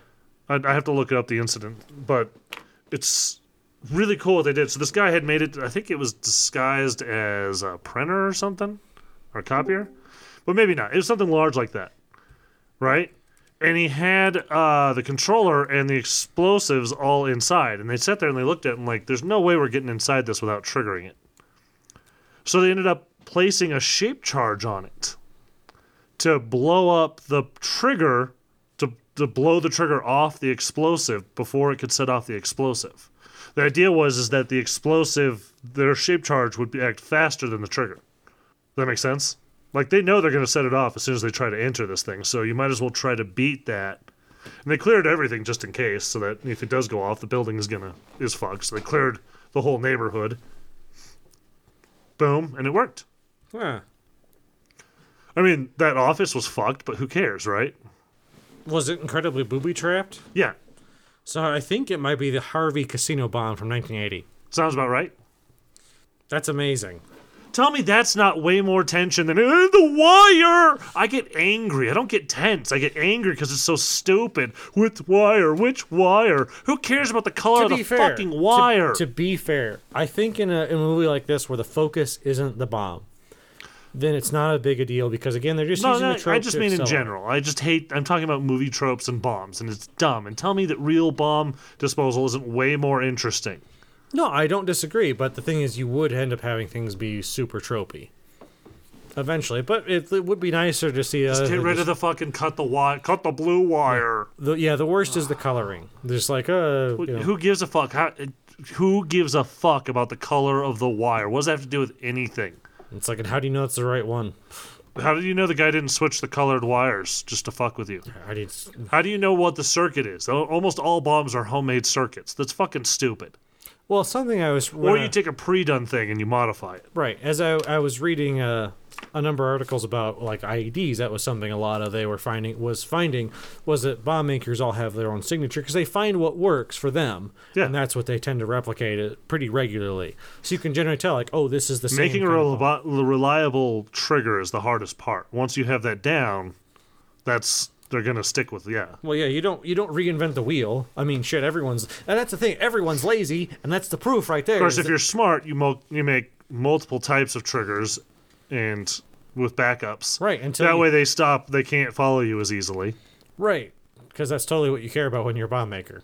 I, I have to look up the incident, but it's really cool what they did. So this guy had made it. I think it was disguised as a printer or something, or a copier, but maybe not. It was something large like that, right? And he had uh, the controller and the explosives all inside. And they sat there and they looked at it and like, there's no way we're getting inside this without triggering it. So they ended up placing a shape charge on it to blow up the trigger to, to blow the trigger off the explosive before it could set off the explosive. The idea was is that the explosive, their shape charge would be, act faster than the trigger. That makes sense. Like they know they're going to set it off as soon as they try to enter this thing, so you might as well try to beat that. And they cleared everything just in case, so that if it does go off, the building is gonna is fucked. So they cleared the whole neighborhood. Boom, and it worked. Huh. I mean, that office was fucked, but who cares, right? Was it incredibly booby trapped? Yeah, So I think it might be the Harvey Casino bomb from 1980. sounds about right. That's amazing. Tell me that's not way more tension than "Eh, The Wire. I get angry. I don't get tense. I get angry because it's so stupid. With wire, which wire? Who cares about the Oh, color of the fucking to- wire? To, be fair, I think in a, in a movie like this where the focus isn't the bomb, then it's not a big a deal because again they're just no, using no, the trope. I just to mean in excel. general. I just hate. I'm talking about movie tropes and bombs, and it's dumb. And tell me that real bomb disposal isn't way more interesting. No, I don't disagree, but the thing is, you would end up having things be super tropey eventually. But it, it would be nicer to see. Just Get rid of the fucking cut the wire, cut the blue wire. the yeah. The worst is the coloring. There's like uh, you know, Who gives a fuck? How, who gives a fuck about the color of the wire? What does that have to do with anything? it's like, how do you know it's the right one? How do you know the guy didn't switch the colored wires just to fuck with you? I need s- How do you know what the circuit is? Al- Almost all bombs are homemade circuits. That's fucking stupid. well something I was Or when I- you take a pre-done thing and you modify it. Right. As I, I was reading uh, a number of articles about like IEDs, that was something a lot of they were finding was finding was that bomb makers all have their own signature because they find what works for them, Yeah. and that's what they tend to replicate it pretty regularly. So you can generally tell like, oh, this is the same Making a kind of bomb. reli- reliable trigger is the hardest part. Once you have that down, that's they're gonna stick with. Yeah, Well, yeah, you don't you don't reinvent the wheel. I mean, shit, everyone's and that's the thing. Everyone's lazy, and that's the proof right there. Of course, is if that- you're smart, you mo- you make multiple types of triggers, and with backups. Right, until that you- way they stop. They can't follow you as easily. right, because that's totally what you care about when you're a bomb maker.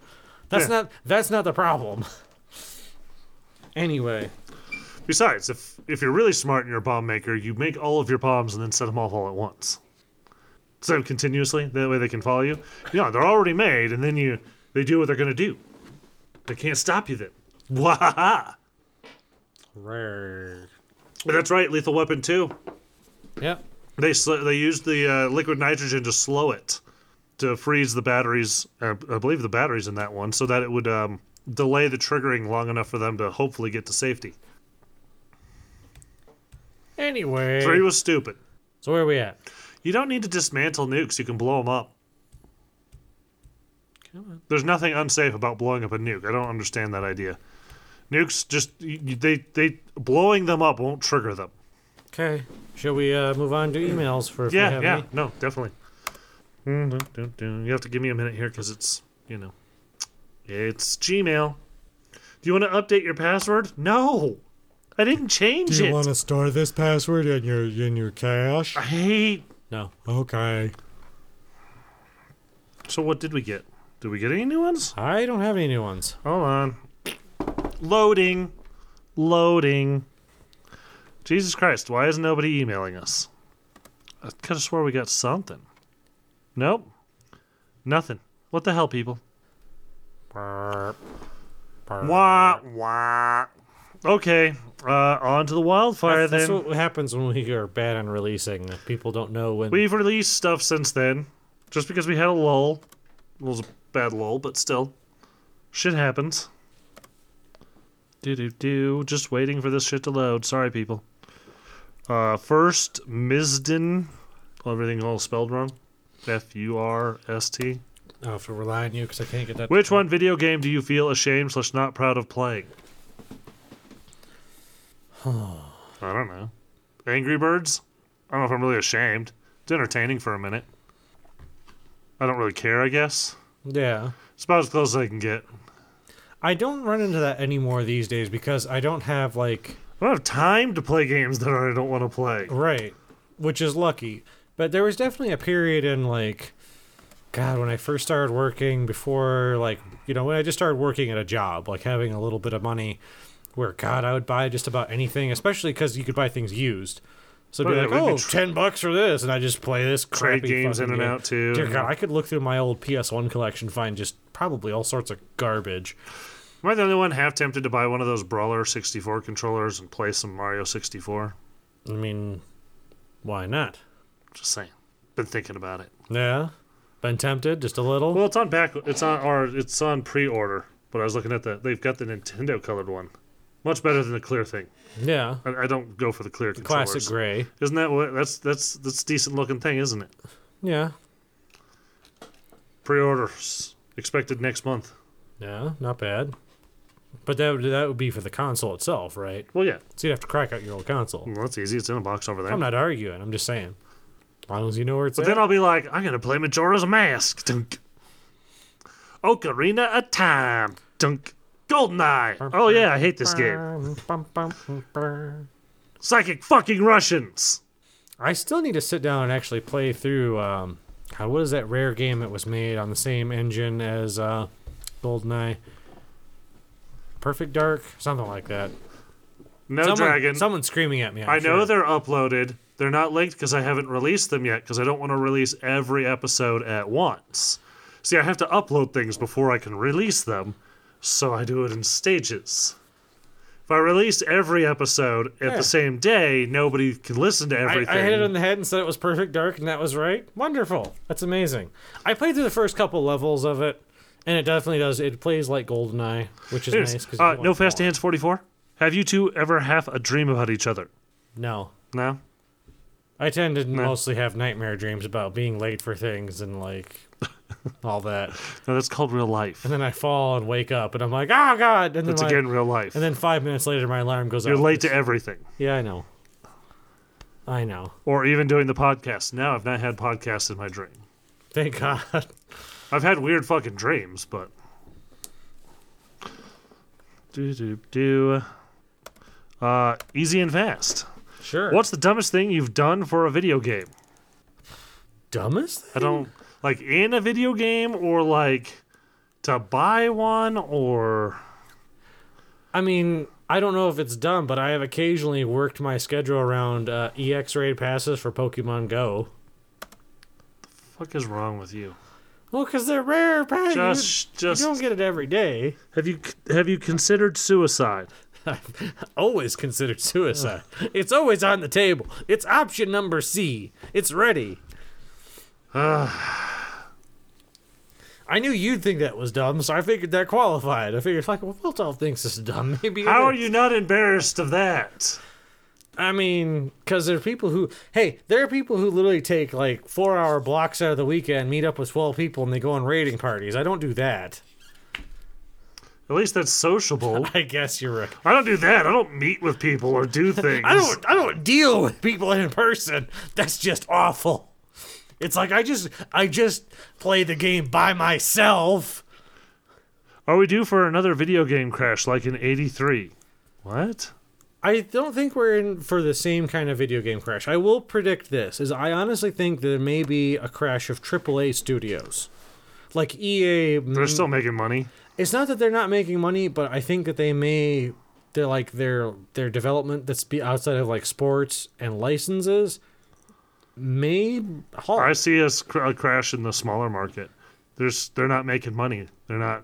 [laughs] That's Yeah. not that's not the problem. [laughs] anyway. Besides, if if you're really smart and you're a bomb maker, you make all of your bombs and then set them off all at once, instead of continuously. That way they can follow you. Yeah, they're already made, and then you they do what they're gonna do. They can't stop you then. [laughs] Wahaha! Rare. But That's right, Lethal Weapon two. Yep. They sl- they used the uh, liquid nitrogen to slow it, to freeze the batteries. Uh, I believe the batteries in that one, so that it would um, delay the triggering long enough for them to hopefully get to safety. Anyway, Three was stupid. so where are we at? You don't need to dismantle nukes. You can blow them up. There's nothing unsafe about blowing up a nuke. I don't understand that idea. Nukes just y- y- they they blowing them up won't trigger them. Okay, shall we uh, move on to emails for? If we Yeah, have yeah, any? no, definitely. Mm-hmm, You have to give me a minute here because it's you know, it's Gmail. Do you want to update your password? No, I didn't change it. to store this password in your in your cache? I hate. No. Okay. So what did we get? Did we get any new ones? I don't have any new ones. Hold on. Loading, loading. Jesus Christ! Why is nobody emailing us? I could have swore we got something. Nope, nothing. What the hell, people? Wah, wah. Okay, uh, on to the wildfire That's, that's then. what happens when we are bad on releasing. People don't know when. We've released stuff since then, just because we had a lull. It was a bad lull, but still, shit happens. Do do do. Just waiting for this shit to load. Sorry, people. Uh, first Mizden Well, everything all spelled wrong. F U R S T. I'll have to rely on you because I can't get that. Which one video game do you feel ashamed slash not proud [sighs] of playing? I don't know. Angry Birds? I don't know if I'm really ashamed. It's entertaining for a minute. I don't really care, I guess. Yeah. It's about as close as I can get. I don't run into that anymore these days because I don't have like I don't have time to play games that I don't want to play. right, which is lucky. But there was definitely a period in like God, when I first started working before like you know, when I just started working at a job, like having a little bit of money where God, I would buy just about anything, especially because you could buy things used. So it'd Oh, be yeah, like, we could oh, tr- 10 bucks for this, and I just play this Trade crappy games fucking in and game. out, too. Dear God, I could look through my old PS1 collection, find just probably all sorts of garbage. Am I the only one half tempted to buy one of those Brawler 64 controllers and play some Mario 64? I mean, why not? Just saying. Been thinking about it. Yeah. Been tempted just a little. Well, it's on back. It's on or it's on pre-order. But I was looking at the. They've got the Nintendo colored one. Much better than the clear thing. yeah. I, I don't go for the clear controllers. Classic gray. Isn't that what? That's that's that's a decent looking thing, isn't it? Yeah. Pre-orders expected next month. Yeah, not bad. But that would, that would be for the console itself, right? Well, yeah. So you'd have to crack out your old console. Well, that's easy. It's in a box over there. I'm not arguing. I'm just saying. As long as you know where it's But at. then I'll be like, I'm gonna play Majora's Mask. Dunk. Ocarina of Time. Dunk. Goldeneye. Oh yeah, I hate this game. Psychic fucking Russians. I still need to sit down and actually play through. Um, God, what is that rare game that was made on the same engine as uh, GoldenEye? Perfect Dark, something like that. No someone, dragon. Someone's screaming at me. I'm I know sure. they're uploaded. They're not linked because I haven't released them yet because I don't want to release every episode at once. See, I have to upload things before I can release them, so I do it in stages. If I released every episode at Yeah. the same day, nobody can listen to I, everything. I hit it on the head and said it was perfect dark, and that was right. Wonderful. That's amazing. I played through the first couple levels of it, and it definitely does. It plays like GoldenEye, which is Here's- nice. 'cause you uh, can no watch fast more. hands 44. Have you two ever have a dream about each other? No. No. I tend to mostly have nightmare dreams about being late for things and [laughs] like all that. No, that's called real life. And then I fall and wake up, and I'm like, oh god! And then That's like, again real life. and then five minutes later, my alarm goes You're off. late to everything. Yeah, I know. I know. Or even doing the podcast. Now I've not had podcasts in my dream. Thank God. [laughs] I've had weird fucking dreams, but. Do do do. Uh, easy and fast. Sure. What's the dumbest thing you've done for a video game? dumbest? I don't like in a video game or like to buy one or I mean, I don't know if it's dumb, but I have occasionally worked my schedule around uh, EX raid passes for Pokemon Go. fuck is wrong with you? Well, because they're rare passes. Just you don't just get it every day. have you have you considered suicide? [laughs] Always considered suicide. it's always on the table. It's option number C. It's ready. [sighs] I knew you'd think that was dumb, so I figured that qualified. I figured, like, well, Wiltov thinks this is dumb. [laughs] Maybe it How are is. you not embarrassed of that? I mean, because there are people who, hey, there are people who literally take like four hour blocks out of the weekend, meet up with 12 people, and they go on raiding parties. I don't do that. [laughs] At least that's sociable. I guess you're right. I don't do that. I don't meet with people or do things. [laughs] I don't, I don't deal with people in person. That's just awful. It's like I just, I just play the game by myself. Are we due for another video game crash like in 83? What? I don't think we're in for the same kind of video game crash. I will predict this is I honestly think there may be a crash of AAA studios. Like E EA They're still making money. it's not that they're not making money, but I think that they may they're like their their development that's be outside of like sports and licenses may halt. I see us cr- a crash in the smaller market. There's they're not making money. They're not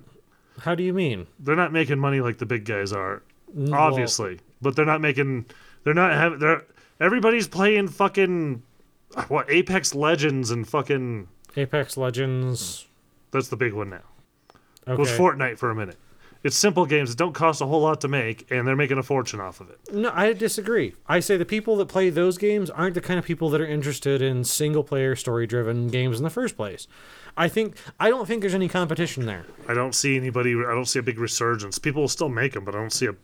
How do you mean? they're not making money like the big guys are. Obviously. But they're not making they're not having they're everybody's playing fucking what Apex Legends and fucking Apex Legends. that's the big one now. Okay. It was Fortnite for a minute. It's simple games that don't cost a whole lot to make, and they're making a fortune off of it. No, I disagree. I say the people that play those games aren't the kind of people that are interested in single player story driven games in the first place. I think I don't think there's any competition there. I don't see anybody. I don't see a big resurgence. People will still make them, but I don't see a.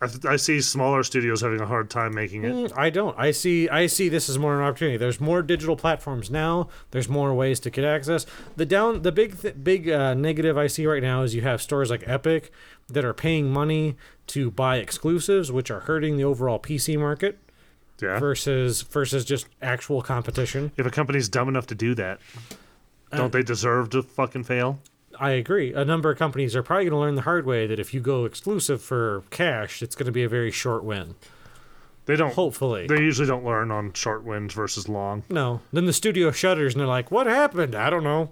I, th- I see smaller studios having a hard time making it. Mm, I don't. I see. I see this as more an opportunity. There's more digital platforms now. There's more ways to get access. The down. The big th- big uh, negative I see right now is you have stores like Epic that are paying money to buy exclusives, which are hurting the overall PC market Yeah. versus versus just actual competition. if a company's dumb enough to do that, Uh, don't they deserve to fucking fail? I agree. A number of companies are probably going to learn the hard way that if you go exclusive for cash, it's going to be a very short win. They don't. Hopefully. They usually don't learn on short wins versus long. No. Then the studio shutters and they're like, "What happened? I don't know.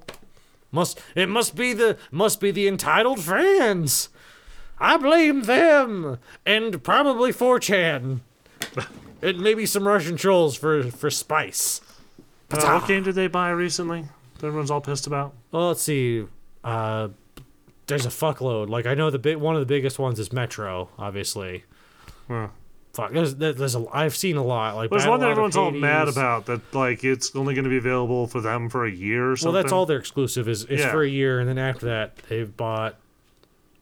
Must it must be the must be the entitled fans. I blame them and probably 4chan. and maybe some Russian trolls for for spice. Uh, what game did they buy recently? that Everyone's all pissed about. Well, let's see. Uh, there's a fuckload. Like I know the big one of the biggest ones is Metro, obviously. Huh. Fuck, there's, there's a I've seen a lot. Like There's Battle one that Out of everyone's all mad Hades. about that like it's only going to be available for them for a year or something. Well, that's all their exclusive is, is Yeah. for a year, and then after that, they've bought,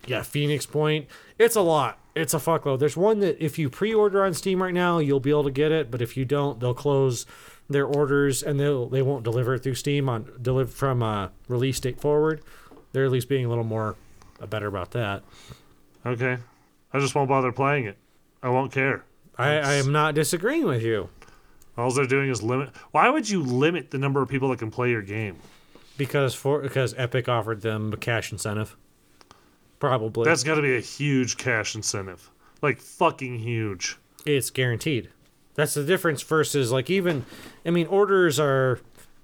yeah, Phoenix Point. It's a lot. It's a fuckload. There's one that if you pre-order on Steam right now, you'll be able to get it, but if you don't, they'll close their orders and they'll they won't deliver it through Steam on deliver from uh, release date forward. They're at least being a little more uh, better about that. Okay. I just won't bother playing it. I won't care. I, I am not disagreeing with you All they're doing is limit. Why would you limit the number of people that can play your game? because for because Epic offered them a cash incentive. Probably That's got to be a huge cash incentive. Like fucking huge. it's guaranteed. That's the difference versus like even, I mean, orders are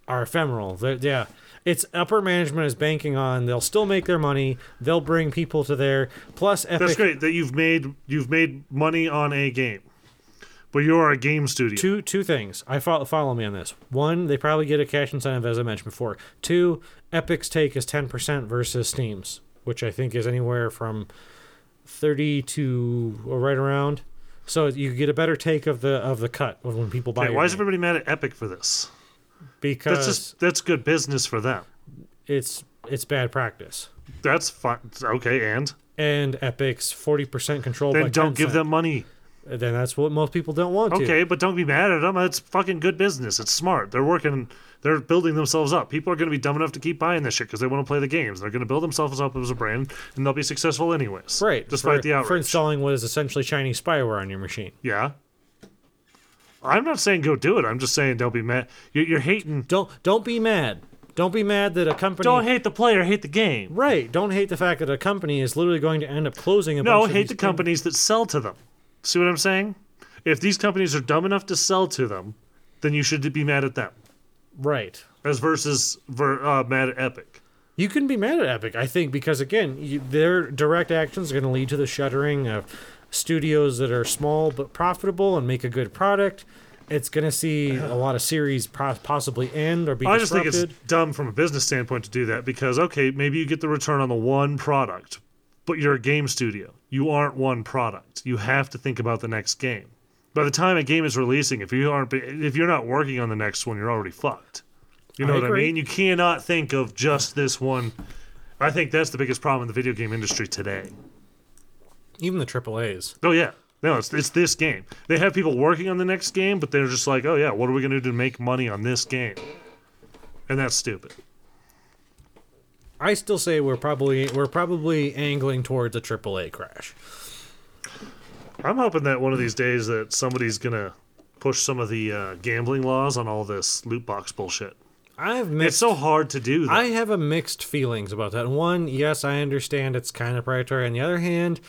are ephemeral. They're, yeah, it's upper management is banking on. They'll still make their money. They'll bring people to their plus Epic That's great that you've made you've made money on a game, but you are a game studio. two two things. I follow follow me on this. One, they probably get a cash incentive as I mentioned before. Two, Epic's take is ten percent versus Steam's, which I think is anywhere from thirty to or right around. So you get a better take of the of the cut of when people buy. Hey, your why is game. everybody mad at Epic for this? because That's just that's good business for them. it's it's bad practice. That's fine. Okay, and And Epic's forty percent control. then by don't give Tencent. them money. Then that's what most people don't want to. Okay, but don't be mad at them. It's fucking good business. It's smart. They're working. They're building themselves up. People are going to be dumb enough to keep buying this shit because they want to play the games. They're going to build themselves up as a brand, and they'll be successful anyways. right. Despite for, the outrage. for installing what is essentially Chinese spyware on your machine. yeah. I'm not saying go do it. I'm just saying don't be mad. You're, you're hating. Don't don't be mad. Don't be mad that a company. Don't hate the player. Hate the game. right. Don't hate the fact that a company is literally going to end up closing a No, bunch of hate these the com- companies that sell to them. See what I'm saying? If these companies are dumb enough to sell to them, then you should be mad at them, Right. as versus ver, uh, mad at Epic. You can be mad at Epic, I think, because again, you, their direct actions are going to lead to the shuttering of studios that are small but profitable and make a good product. It's going to see a lot of series pro- possibly end or be I just think disrupted. it's dumb from a business standpoint to do that because okay, maybe you get the return on the one product, but you're a game studio. You aren't one product. You have to think about the next game. By the time a game is releasing, if you aren't if you're not working on the next one, you're already fucked. You know I what agree. I mean? You cannot think of just this one. I think that's the biggest problem in the video game industry today. Even the AAA's. Oh yeah. No, it's it's this game. They have people working on the next game, but they're just like, "Oh yeah, what are we going to do to make money on this game?" And that's stupid. I still say we're probably we're probably angling towards a AAA crash. I'm hoping that one of these days that somebody's gonna push some of the uh, gambling laws on all this loot box bullshit. I've It's mixed so hard to do. Though. I have a mixed feelings about that. One, yes, I understand it's kind of predatory. On the other hand,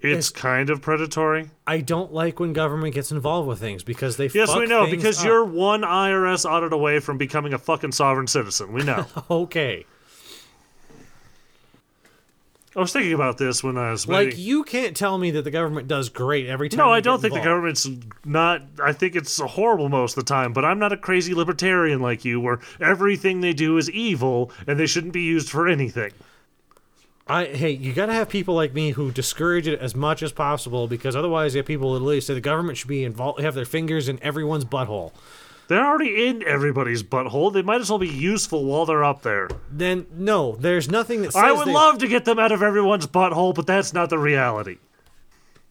it's kind of predatory. I don't like when government gets involved with things because they Yes, fuck we know things because up. you're one IRS audit away from becoming a fucking sovereign citizen. We [laughs] know. okay. I was thinking about this when I was Like waiting. you can't tell me that the government does great every time. no, they I don't get think the involved. government's not. I think it's horrible most of the time. But I'm not a crazy libertarian like you, where everything they do is evil and they shouldn't be used for anything. I hey, you got to have people like me who discourage it as much as possible because otherwise, you have people at least say the government should be involved, have their fingers in everyone's butthole. They're already in everybody's butthole. They might as well be useful while they're up there. Then no, there's nothing that says I would they- love to get them out of everyone's butthole, but that's not the reality.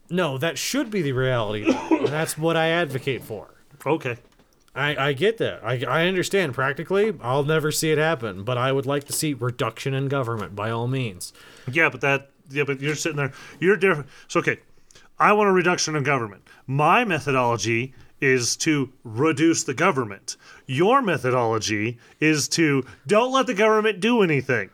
no. That should be the reality. [coughs] and that's what I advocate for. Okay. I, I get that. I, I understand practically. I'll never see it happen, but I would like to see reduction in government by all means. Yeah, but that. Yeah, but you're sitting there. You're different. So okay, I want a reduction in government. My methodology is to reduce the government. Your methodology is to don't let the government do anything.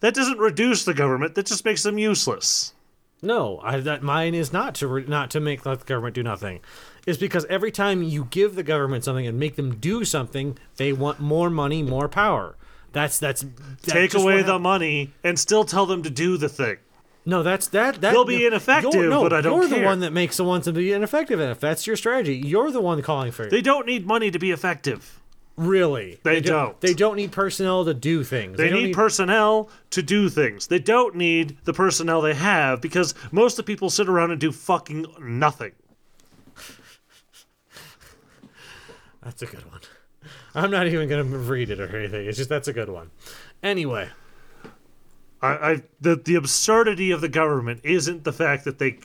That doesn't reduce the government. That just makes them useless. No, I, that mine is not to re, not to make let the government do nothing. It's because every time you give the government something and make them do something, they want more money, more power. That's that's that Take just what away the hap- money and still tell them to do the thing. no. That's that that They'll be ineffective, you're- no, but I don't You're the care. one that makes the ones to be ineffective, and if that's your strategy, you're the one calling for it. They don't need money to be effective. really, They don't. They don't need personnel to do things. They, don't need, personnel to do things. They don't need the personnel they have because most of the people sit around and do fucking nothing. That's a good one. [laughs] I'm not even gonna read it or anything. It's just that's a good one. Anyway, I, I the the absurdity of the government isn't the fact that they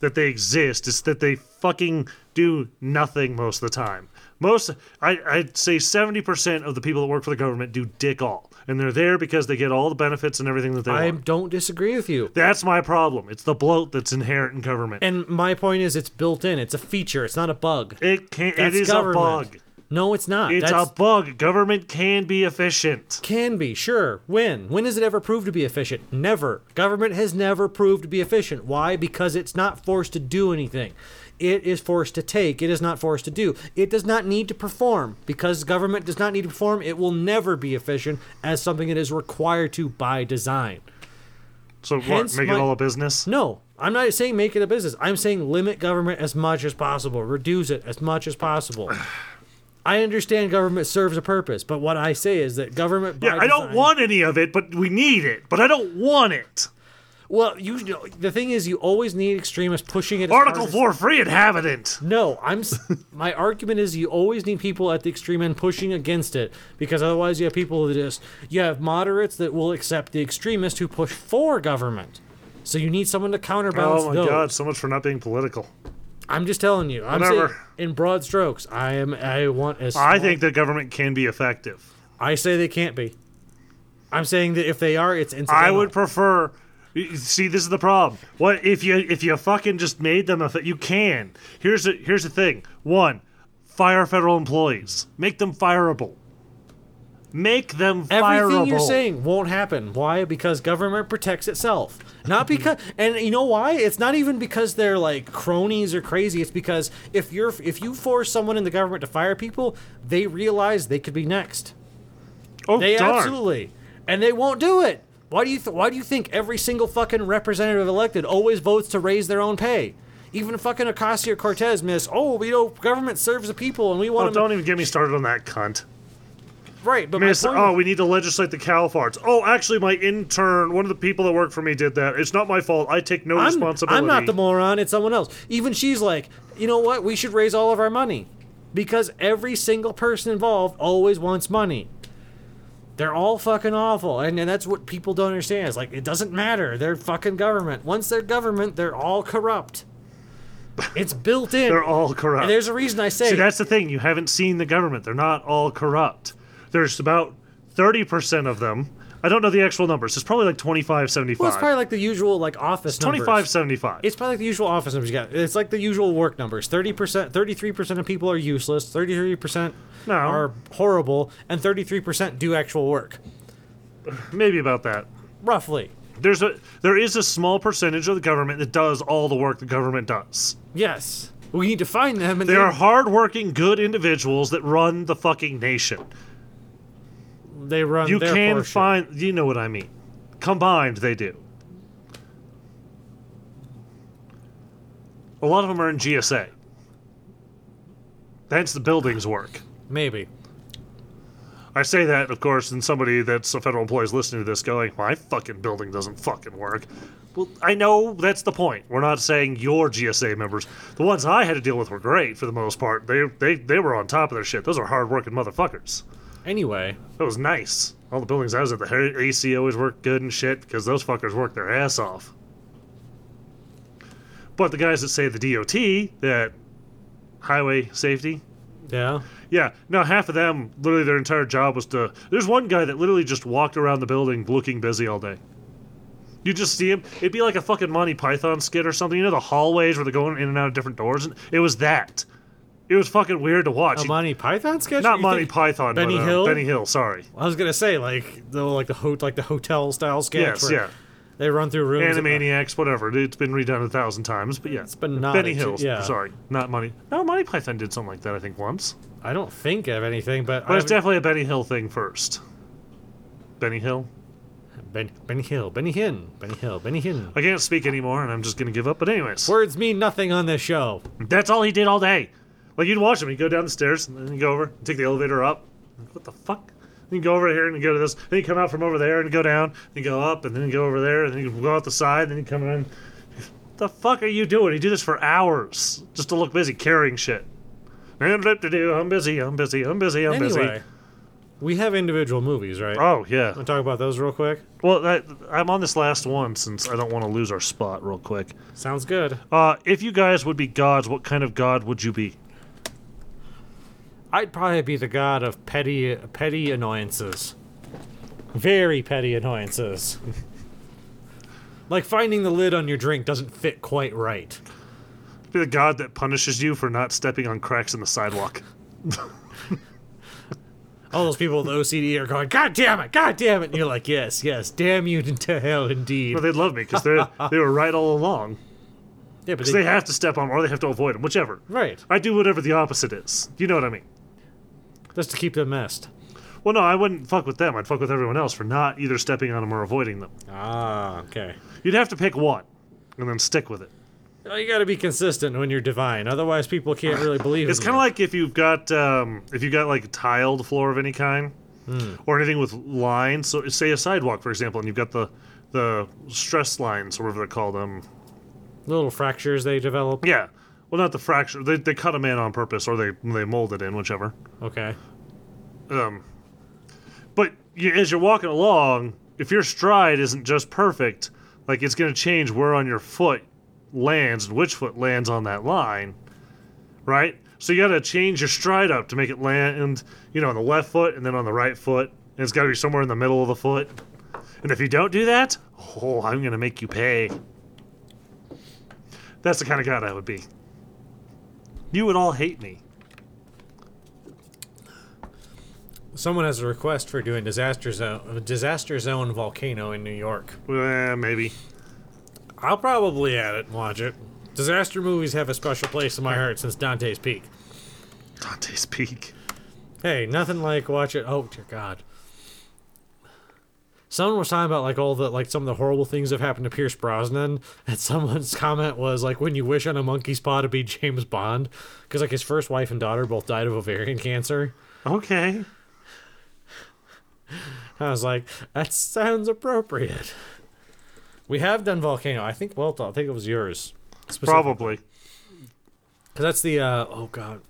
that they exist. It's that they fucking do nothing most of the time. Most I, I'd say seventy percent of the people that work for the government do dick all, and they're there because they get all the benefits and everything that they I want. don't disagree with you. That's my problem. It's the bloat that's inherent in government. And my point is, it's built in. It's a feature. It's not a bug. it can not That's it is government. a bug. No, it's not. It's That's, a bug. Government can be efficient. can be sure. When? When has it ever proved to be efficient? Never. Government has never proved to be efficient. Why? Because it's not forced to do anything. It is forced to take. It is not forced to do. It does not need to perform because government does not need to perform. It will never be efficient as something it is required to by design. So what? Hence Make my- it all a [laughs] business? No, I'm not saying make it a business. I'm saying limit government as much as possible, reduce it as much as possible. [sighs] I understand government serves a purpose, but what I say is that government. By Yeah, I don't design- want any of it, but we need it. But I don't want it. Well, you know, the thing is, you always need extremists pushing it. as Article hard as- Four, free inhabitant. No, I'm. s- [laughs] my argument is you always need people at the extreme end pushing against it because otherwise you have people that just you have moderates that will accept the extremists who push for government. So you need someone to counterbalance Oh my those. god, so much for not being political. I'm just telling you. I'm Whatever. saying in broad strokes, I am. I want as. I small- think that government can be effective. I say they can't be. I'm saying that if they are, it's incidental. I would prefer. you- See, this is the problem. What if you if you fucking just made them effective? You can. Here's the here's the thing. One, fire federal employees. Make them fireable. Make them fireable. Everything you're saying won't happen. Why? Because government protects itself. Not because, and you know why? It's not even because they're like cronies or crazy. It's because if you're if you force someone in the government to fire people, they realize they could be next. Oh They darn. absolutely, and they won't do it. Why do you th- why do you think every single fucking representative elected always votes to raise their own pay? Even fucking Ocasio Cortez miss. Oh, you know, government serves the people, and we Oh, want to don't even get me started on that cunt. right. But Miss, my point oh, we need to legislate the cow farts. Oh, actually, my intern, one of the people that work for me, did that. It's not my fault. I take no I'm, responsibility. I'm not the moron. It's someone else. Even she's like, you know what? We should raise all of our money because every single person involved always wants money. They're all fucking awful, and, and that's what people don't understand. It's like it doesn't matter. They're fucking government. Once they're government, they're all corrupt. It's built in. [laughs] They're all corrupt. And there's a reason I say See, that's the thing. You haven't seen the government. They're not all corrupt. There's about 30% of them. I don't know the actual numbers. It's probably like 25, 75. well, it's probably like the usual like office numbers. 25, 75. It's probably like the usual office numbers you got. It's like the usual work numbers. Thirty percent, thirty-three percent of people are useless. Thirty-three percent No. are horrible, and thirty-three percent do actual work. Maybe about that. Roughly, There's a there is a small percentage of the government that does all the work the government does. yes. We need to find them, and They then- are hardworking, good individuals that run the fucking nation. they run. You their can portion. find you know what I mean. Combined they do. A lot of them are in GSA. That's the buildings work. maybe. I say that, of course, and somebody that's a federal employee is listening to this going, my fucking building doesn't fucking work. Well, I know that's the point. We're not saying your GSA members. The ones I had to deal with were great for the most part. They they, they were on top of their shit. Those are hardworking motherfuckers. Anyway, That was nice. All the buildings I was at, the Her- AC always worked good and shit because those fuckers worked their ass off. But the guys that say the DOT, that highway safety, yeah. yeah, no, half of them, literally their entire job was to. There's one guy that literally just walked around the building looking busy all day. You just see him. It'd be like a fucking Monty Python skit or something. You know the hallways where they're going in and out of different doors, and it was that. It was fucking weird to watch. A Monty Python sketch? Not You Monty think- Python, Benny but, uh, Hill? Benny Hill. Sorry. I was gonna say like the like the ho- like the hotel style sketch. Yes, where yeah. They run through rooms. Animaniacs, whatever. It's been redone a thousand times, but yeah. It's been nodded Benny to- Hill. yeah. Sorry, not Monty. No, Monty Python did something like that. I think once, I don't think of anything, but, but I it's definitely a Benny Hill thing first. Benny Hill. ben, Benny Hill, Benny Hinn, Benny Hill, Benny Hinn. I can't speak anymore, and I'm just gonna give up. But anyways, Words mean nothing on this show. that's all he did all day. Like you'd watch him, he'd go down the stairs, and then he'd go over, take the elevator up. Like, what the fuck? Then you go over here and you go to this. Then you come out from over there and go down. Then you go up and then you go over there and then you go out the side. Then you come in. the fuck are you doing? You do this for hours just to look busy carrying shit. And what to do? I'm busy. I'm busy. I'm busy. I'm Anyway, busy. we have individual movies, right? Oh yeah. Want to talk about those real quick? Well, that, I'm on this last one since I don't want to lose our spot real quick. Sounds good. Uh, if you guys would be gods, what kind of god would you be? I'd probably be the god of petty petty annoyances. Very petty annoyances. [laughs] like finding the lid on your drink doesn't fit quite right. Be the god that punishes you for not stepping on cracks in the sidewalk. All those people with OCD are going, God damn it, God damn it. And you're like, yes, yes, damn you [laughs] to hell indeed. Well, they'd love me because they they were right all along. Yeah, but 'Cause they- They have to step on 'em or they have to avoid them, whichever. right. I do whatever the opposite is. You know what I mean? That's to keep them messed. Well, no, I wouldn't fuck with them. I'd fuck with everyone else for not either stepping on them or avoiding them. Ah, okay. You'd have to pick one and then stick with it. Well, you got to be consistent when you're divine. Otherwise, people can't really believe It's in kind you. of like if you've got um, if you got like a tiled floor of any kind, or anything with lines. So say a sidewalk, for example, and you've got the the stress lines or whatever um, they call them. little fractures they develop. Yeah. Well, not the fracture. They, they cut a man on purpose, or they they mold it in, whichever. Okay. Um, but you, as you're walking along, if your stride isn't just perfect, like it's going to change where on your foot lands and which foot lands on that line, right? So you got to change your stride up to make it land, you know, on the left foot and then on the right foot, and it's got to be somewhere in the middle of the foot. And if you don't do that, oh, I'm going to make you pay. That's the kind of god I would be. You would all hate me. Someone has a request for doing disaster zone, a disaster zone volcano in New York. Well, maybe. I'll probably add it and watch it. Disaster movies have a special place in my heart since Dante's Peak. Dante's Peak. Hey, nothing like watch it. Oh dear God. Someone was talking about like all the like some of the horrible things that have happened to Pierce Brosnan, and [laughs] someone's comment was like, "When you wish on a monkey's paw to be James Bond, because like his first wife and daughter both died of ovarian cancer." Okay. I was like, "That sounds appropriate." We have done Volcano. I think well, I think it was yours. Specifically. Probably. 'Cause that's the uh, oh god,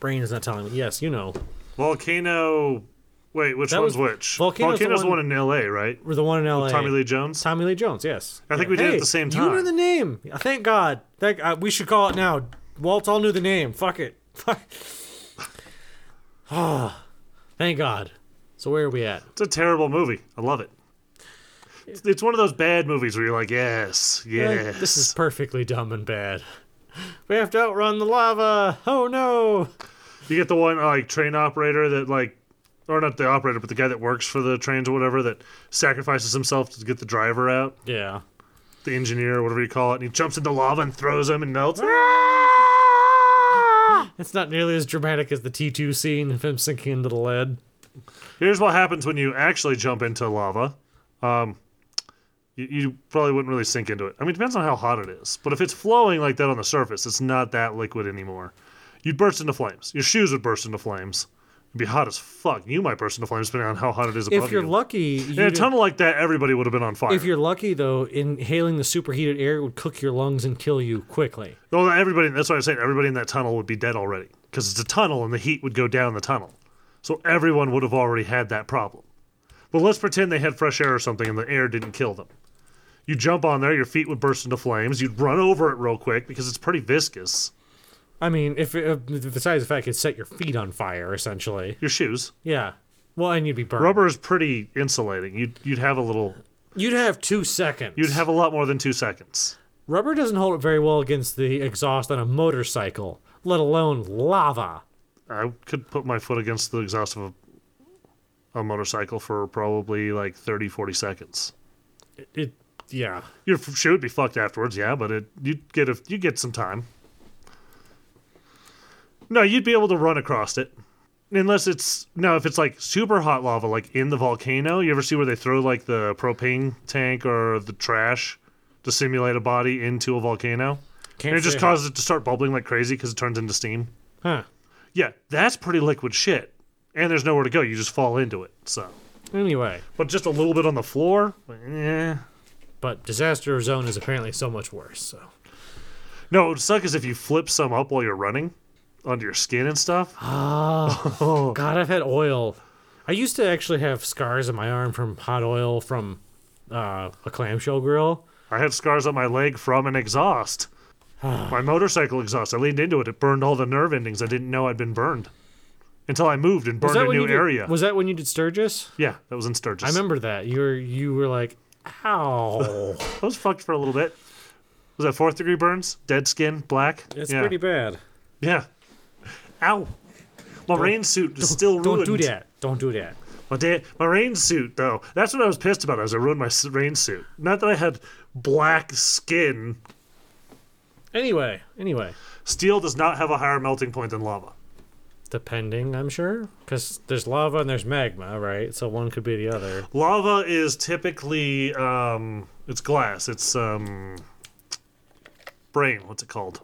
brain is not telling me. Yes, you know, Volcano. Wait, which That one's was- which? Volcano's the Volcano's the one- one, in L.A., right? we're the one in L.A. Tommy Lee Jones. Tommy Lee Jones. Yes, I think we did it at Hey, the same You knew time. the name. Thank God. Thank. Uh, we should call it now. Walt all knew the name. Fuck it. Fuck. [sighs] Ah, thank God. So where are we at? It's a terrible movie. I love it. It's, it's one of those bad movies where you're like, yes, yes. This is perfectly dumb and bad. We have to outrun the lava. Oh no! You get the one uh, like train operator that like, or not the operator, but the guy that works for the trains or whatever that sacrifices himself to get the driver out, Yeah. the engineer or whatever you call it, and he jumps into lava and throws him and melts. It's not nearly as dramatic as the T2 scene of him sinking into the lead. Here's what happens when you actually jump into lava. Um, you, you probably wouldn't really sink into it. I mean, it depends on how hot it is. But if it's flowing like that on the surface, it's not that liquid anymore. You'd burst into flames. Your shoes would burst into flames. It'd be hot as fuck. You might burst into flames depending on how hot it is above If you're you. lucky, you In a didn't- tunnel like that, everybody would have been on fire. if you're lucky though, inhaling the superheated air would cook your lungs and kill you quickly. Well, everybody. That's what I'm saying. Everybody in that tunnel would be dead already because it's a tunnel, and the heat would go down the tunnel. So everyone would have already had that problem. But let's pretend they had fresh air or something, and the air didn't kill them. You jump on there, your feet would burst into flames. You'd run over it real quick because it's pretty viscous. I mean, if if- besides the fact it set your feet on fire, essentially. Your shoes, Yeah. Well, and you'd be burned. rubber is pretty insulating. You'd you'd have a little. You'd have two seconds. You'd have a lot more than two seconds. rubber doesn't hold up very well against the exhaust on a motorcycle, let alone lava. I could put my foot against the exhaust of a, a motorcycle for probably like 30, 40 seconds. It, yeah. Your f- shoe would be fucked afterwards, yeah, but it you'd get a you get some time. No, you'd be able to run across it, unless it's now if it's like super hot lava, like in the volcano. You ever see where they throw like the propane tank or the trash to simulate a body into a volcano, Can't and it just say- causes it to start bubbling like crazy because it turns into steam. Huh. Yeah, that's pretty liquid shit, and there's nowhere to go. You just fall into it. So, Anyway, but just a little bit on the floor, eh. yeah. but disaster zone is apparently so much worse. So No, it would suck is if you flip some up while you're running onto your skin and stuff. Oh. [laughs] God, I've had oil. I used to actually have scars on my arm from hot oil from uh, a clamshell grill. I had scars on my leg from [sighs] an exhaust. my motorcycle exhaust. I leaned into it. It burned all the nerve endings. I didn't know I'd been burned until I moved and burned a when new you did, area. Was that when you did Sturgis? yeah, that was in Sturgis. I remember that. You were you were like, ow. I was fucked for a little bit. Was that fourth degree burns? Dead skin, black. [laughs] It's yeah. pretty bad. Yeah. Ow. My rain suit is still Don't ruined. do that. Don't do that. My da- my rain suit though. That's what I was pissed about. As I ruined my s- rain suit. Not that I had black skin. Anyway, anyway. Steel does not have a higher melting point than lava. Depending, I'm sure, because there's lava and there's magma, right? So one could be the other. Lava is typically um, it's glass. It's um, brain. What's it called?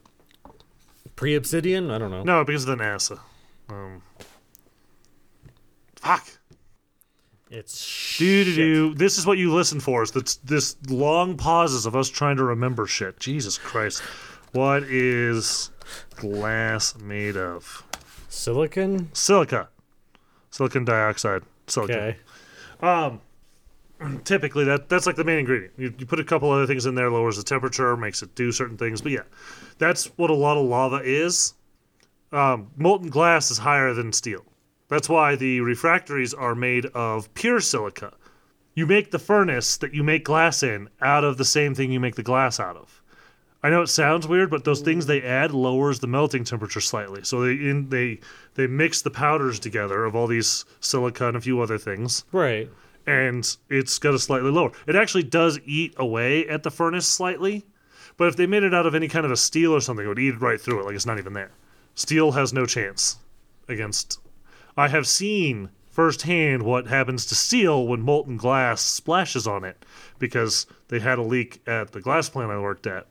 Pre-obsidian? I don't know. No, because of the NASA. Um, fuck. It's Do shit. do do. This is what you listen for. Is this this long pauses of us trying to remember shit? Jesus Christ. What is glass made of? Silicon. Silica. Silicon dioxide. Silica. Okay. typically that that's like the main ingredient. You, you put a couple other things in there, lowers the temperature, makes it do certain things. But yeah, that's what a lot of lava is. Um, molten glass is higher than steel. That's why the refractories are made of pure silica. You make the furnace that you make glass in out of the same thing you make the glass out of. I know it sounds weird, but those things they add lowers the melting temperature slightly. So they in, they they mix the powders together of all these silica and a few other things Right. and it's got a slightly lower. It actually does eat away at the furnace slightly, but if they made it out of any kind of a steel or something, it would eat right through it, like it's not even there. Steel has no chance against. I have seen firsthand what happens to steel when molten glass splashes on it, because they had a leak at the glass plant I worked at,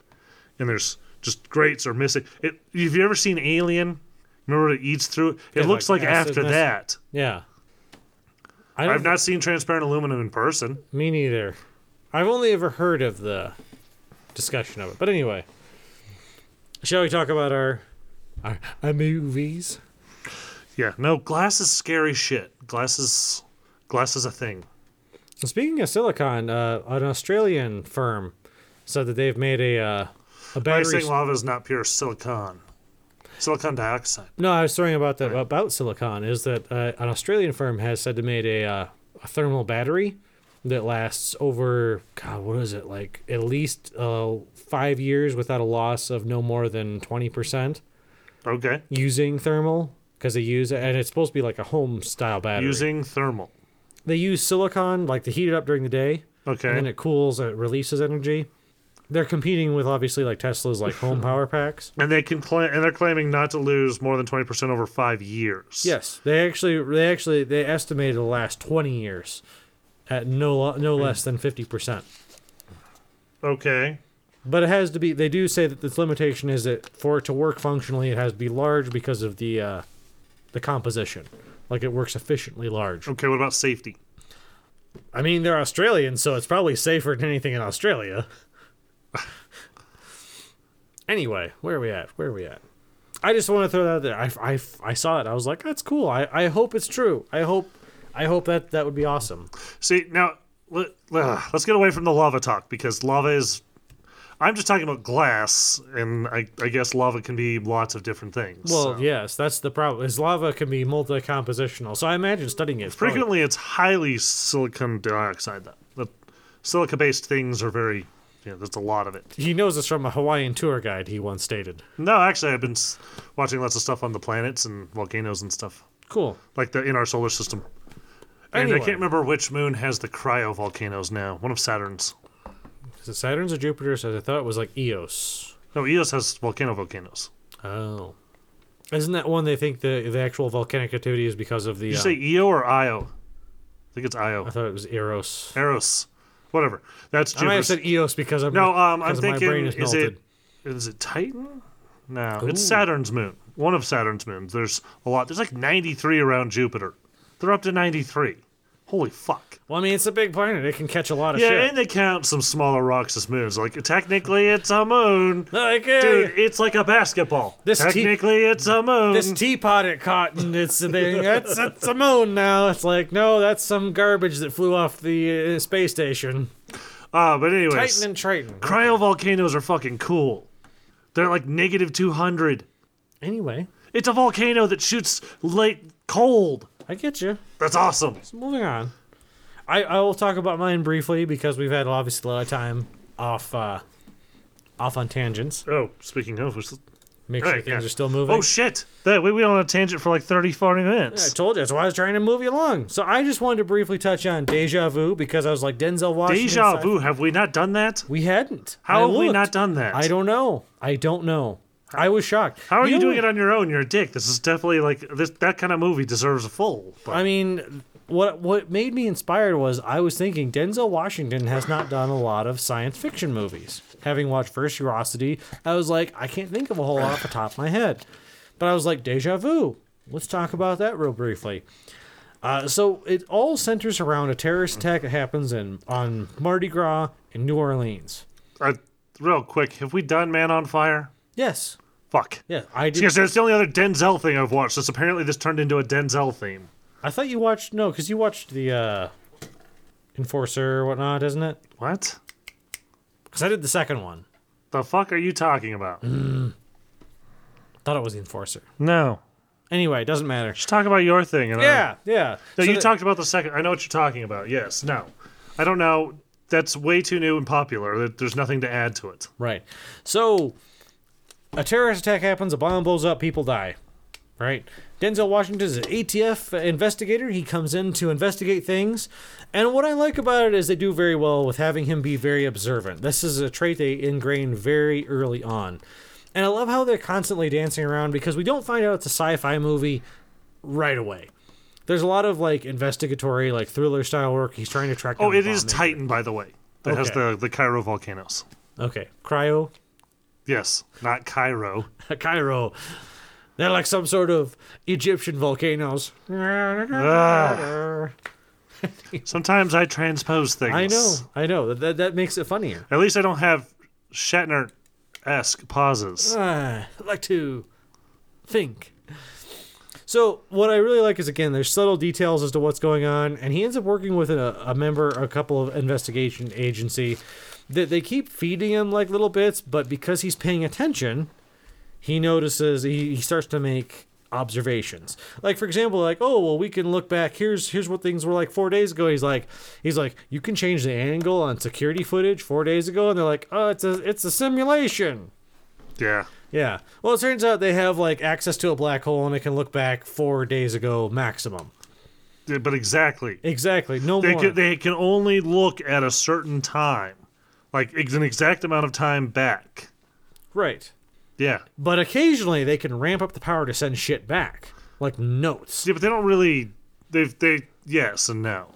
and there's just grates are missing. It, have you ever seen Alien? Remember it eats through? It Yeah, looks like like, acid after mist. that. Yeah. I don't, I've not seen transparent aluminum in person. Me neither. I've only ever heard of the discussion of it. But anyway, shall we talk about our our, our movies? Yeah, no, glass is scary shit. Glass is glass is a thing. Speaking of silicon, uh, an Australian firm said that they've made a uh, a I battery. think lava is not pure silicon. Silicon dioxide. No, I was throwing about that about silicon is that uh, an Australian firm has said to made a, uh, a thermal battery that lasts over God, what is it like at least uh, five years without a loss of no more than twenty percent Okay. using thermal because they use and it's supposed to be like a home style battery. Using thermal. they use silicon like to heat it up during the day Okay. and then it cools and it releases energy. They're competing with obviously like Tesla's like home power [laughs] packs. and they can claim and they're claiming not to lose more than twenty percent over five years. Yes, they actually they actually they estimated the last twenty years at no lo- Hmm. no less than fifty percent. Okay. But it has to be. They do say that the limitation is that for it to work functionally, it has to be large because of the uh, the composition. like it works efficiently large. Okay, what about safety? I mean, they're Australian, so it's probably safer than anything in Australia. anyway, where are we at? Where are we at? I just want to throw that out there. I, I, I saw it. I was like, that's cool. I, I hope it's true. I hope I hope that that would be awesome. See, now let, us get away from the lava talk because lava is. I'm just talking about glass, and I, I guess lava can be lots of different things. Well, so. yes, that's the problem. Is lava can be multi-compositional, so I imagine studying it. Oh, Frequently, frequently it's highly silicon dioxide. That, that silica-based things are very. Yeah, that's a lot of it. he knows this from a Hawaiian tour guide. He once stated, No, actually, I've been s- watching lots of stuff on the planets and volcanoes and stuff "Cool, like the in our solar system. And I Anyway. can't remember which moon has the cryovolcanoes now. One of Saturn's. is it Saturn's or Jupiter's?" As I thought it was like Eos. No, Eos has volcano volcanoes. Oh, isn't that one they think the the actual volcanic activity is because of the? Did uh, you say Io or Io? I think it's Io. I thought it was Eros. Eros. Whatever. That's I might have Jupiter's. said Eos because I'm no, um, I'm because my thinking brain is is, it melted. is it Titan? No, it's Ooh. Saturn's moon. One of Saturn's moons. There's a lot. There's like 93 around Jupiter. They're up to 93. Holy fuck. Well, I mean, it's a big planet. It can catch a lot of Yeah, shit. and they count some smaller rocks as moons. Like technically, it's a moon. Like, hey, Dude, it's like a basketball. This te- technically, it's a moon. this teapot it caught and it's they, that's that's a moon now. It's like no, that's some garbage that flew off the uh, space station. Ah, but anyways, Titan and Triton. cryovolcanoes are fucking cool. They're like negative 200. Anyway, It's a volcano that shoots light cold. I get you. That's awesome. So moving on. I I will talk about mine briefly because we've had obviously a lot of time off uh off on tangents. Oh, speaking of, which, Make sure Right, things yeah. are still moving. oh shit, that we we on a tangent for like 30, 40 I minutes. told you that's why I was trying to move you along. So I just wanted to briefly touch on deja vu because I was like Denzel Washington. Deja vu. Have we not done that? We hadn't. I How have we looked. not done that? I don't know. I don't know. I was shocked. How are you, know doing what- it on your own? You're a dick. This is definitely like this. That kind of movie deserves a full. But I mean, what what made me inspired was I was thinking Denzel Washington has not done a lot of science fiction movies. Having watched Virtuosity, I was like, I can't think of a whole lot off the top of my head. But I was like, Deja Vu. Let's talk about that real briefly. Uh, so it all centers around a terrorist attack that happens in on Mardi Gras in New Orleans. uh, real quick, have we done Man on Fire? Yes, Fuck. yeah, I did. Because that's the only other Denzel thing I've watched. That's apparently this turned into a Denzel theme. I thought you watched no, because you watched the uh, Enforcer or whatnot, isn't it? What Because I did the second one. the fuck are you talking about? Mm-hmm. Thought it was the Enforcer. No, Anyway, it doesn't matter. just talk about your thing. And uh, I- Yeah, yeah. No, So you that- talked about the second. I know what you're talking about. Yes. No. I don't know. That's way too new and popular. There- There's nothing to add to it. right. So a terrorist attack happens, a bomb blows up, people die. Right? Denzel Washington is an ATF investigator. He comes in to investigate things. And what I like about it is they do very well with having him be very observant. This is a trait they ingrained very early on. And I love how they're constantly dancing around because we don't find out it's a sci fi movie right away. There's a lot of like investigatory, like thriller style work. He's trying to track down Oh, the it is bomb. Titan, by the way. That has Okay. the the Cairo volcanoes. Okay. Cryo [laughs] Yes, not Cairo. Cairo. They're like some sort of Egyptian volcanoes. Sometimes I transpose things. I know, I know. That, that makes it funnier. At least I don't have Shatner esque pauses. Ah, I like to think. So what I really like is again, there's subtle details as to what's going on, and he ends up working with a, a member, a couple of investigation agency that they keep feeding him like little bits, but because he's paying attention, he notices he, he starts to make observations. Like for example, like oh well, we can look back. Here's here's what things were like four days ago. He's like he's like you can change the angle on security footage four days ago, and they're like oh it's a it's a simulation. Yeah. Yeah. Well, it turns out they have like access to a black hole and it can look back four days ago maximum. Yeah, But exactly. Exactly. No They more. can, they can only look at a certain time, like ex- an exact amount of time back. right. Yeah. But occasionally they can ramp up the power to send shit back, like notes. Yeah, but they don't really. They've they yes and no.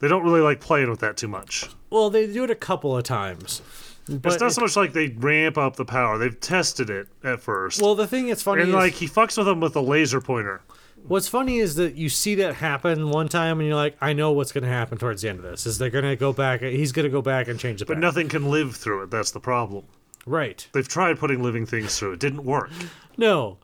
They don't really like playing with that too much. Well, they do it a couple of times. But It's not so much like they ramp up the power. They've tested it at first, well, the thing that's funny and is like he fucks with them with a laser pointer. What's funny is that you see that happen one time, and you're like, I know what's going to happen towards the end of this. Is they're going to go back? He's going to go back and change the. But pattern. nothing can live through it. That's the problem. right? They've tried putting living things through. It didn't work. No,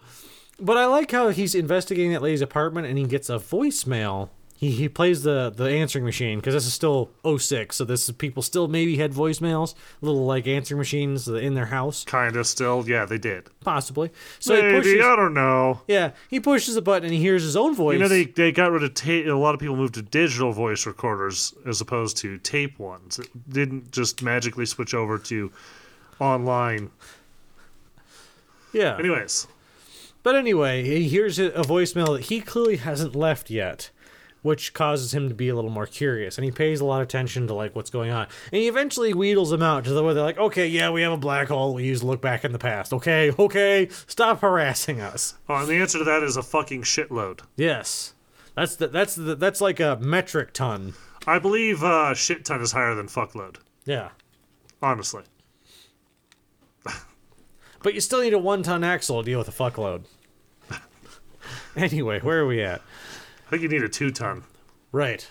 but I like how he's investigating that lady's apartment, and he gets a voicemail. He he plays the the answering machine because this is still 06, so this is people still maybe had voicemails, little like answering machines in their house, Kind of still. Yeah, they did. possibly. So he Maybe. pushes. I don't know. Yeah, he pushes a button and he hears his own voice. You know, they, they got rid of tape. A lot of people moved to digital voice recorders as opposed to tape ones. It didn't just magically switch over to online. yeah. Anyways, But anyway, he hears a a voicemail that he clearly hasn't left yet, which causes him to be a little more curious, and he pays a lot of attention to like what's going on. And he eventually wheedles them out to the way they're like, "Okay, yeah, we have a black hole. We use to look back in the past. Okay, okay, stop harassing us." oh, and the answer to that is a fucking shitload. Yes, that's the, that's the, that's like a metric ton. I believe uh, shit ton is higher than fuckload. Yeah, Honestly. but you still need a one ton axle to deal with a fuckload. [laughs] anyway, where are we at? I think you need a two ton. Right.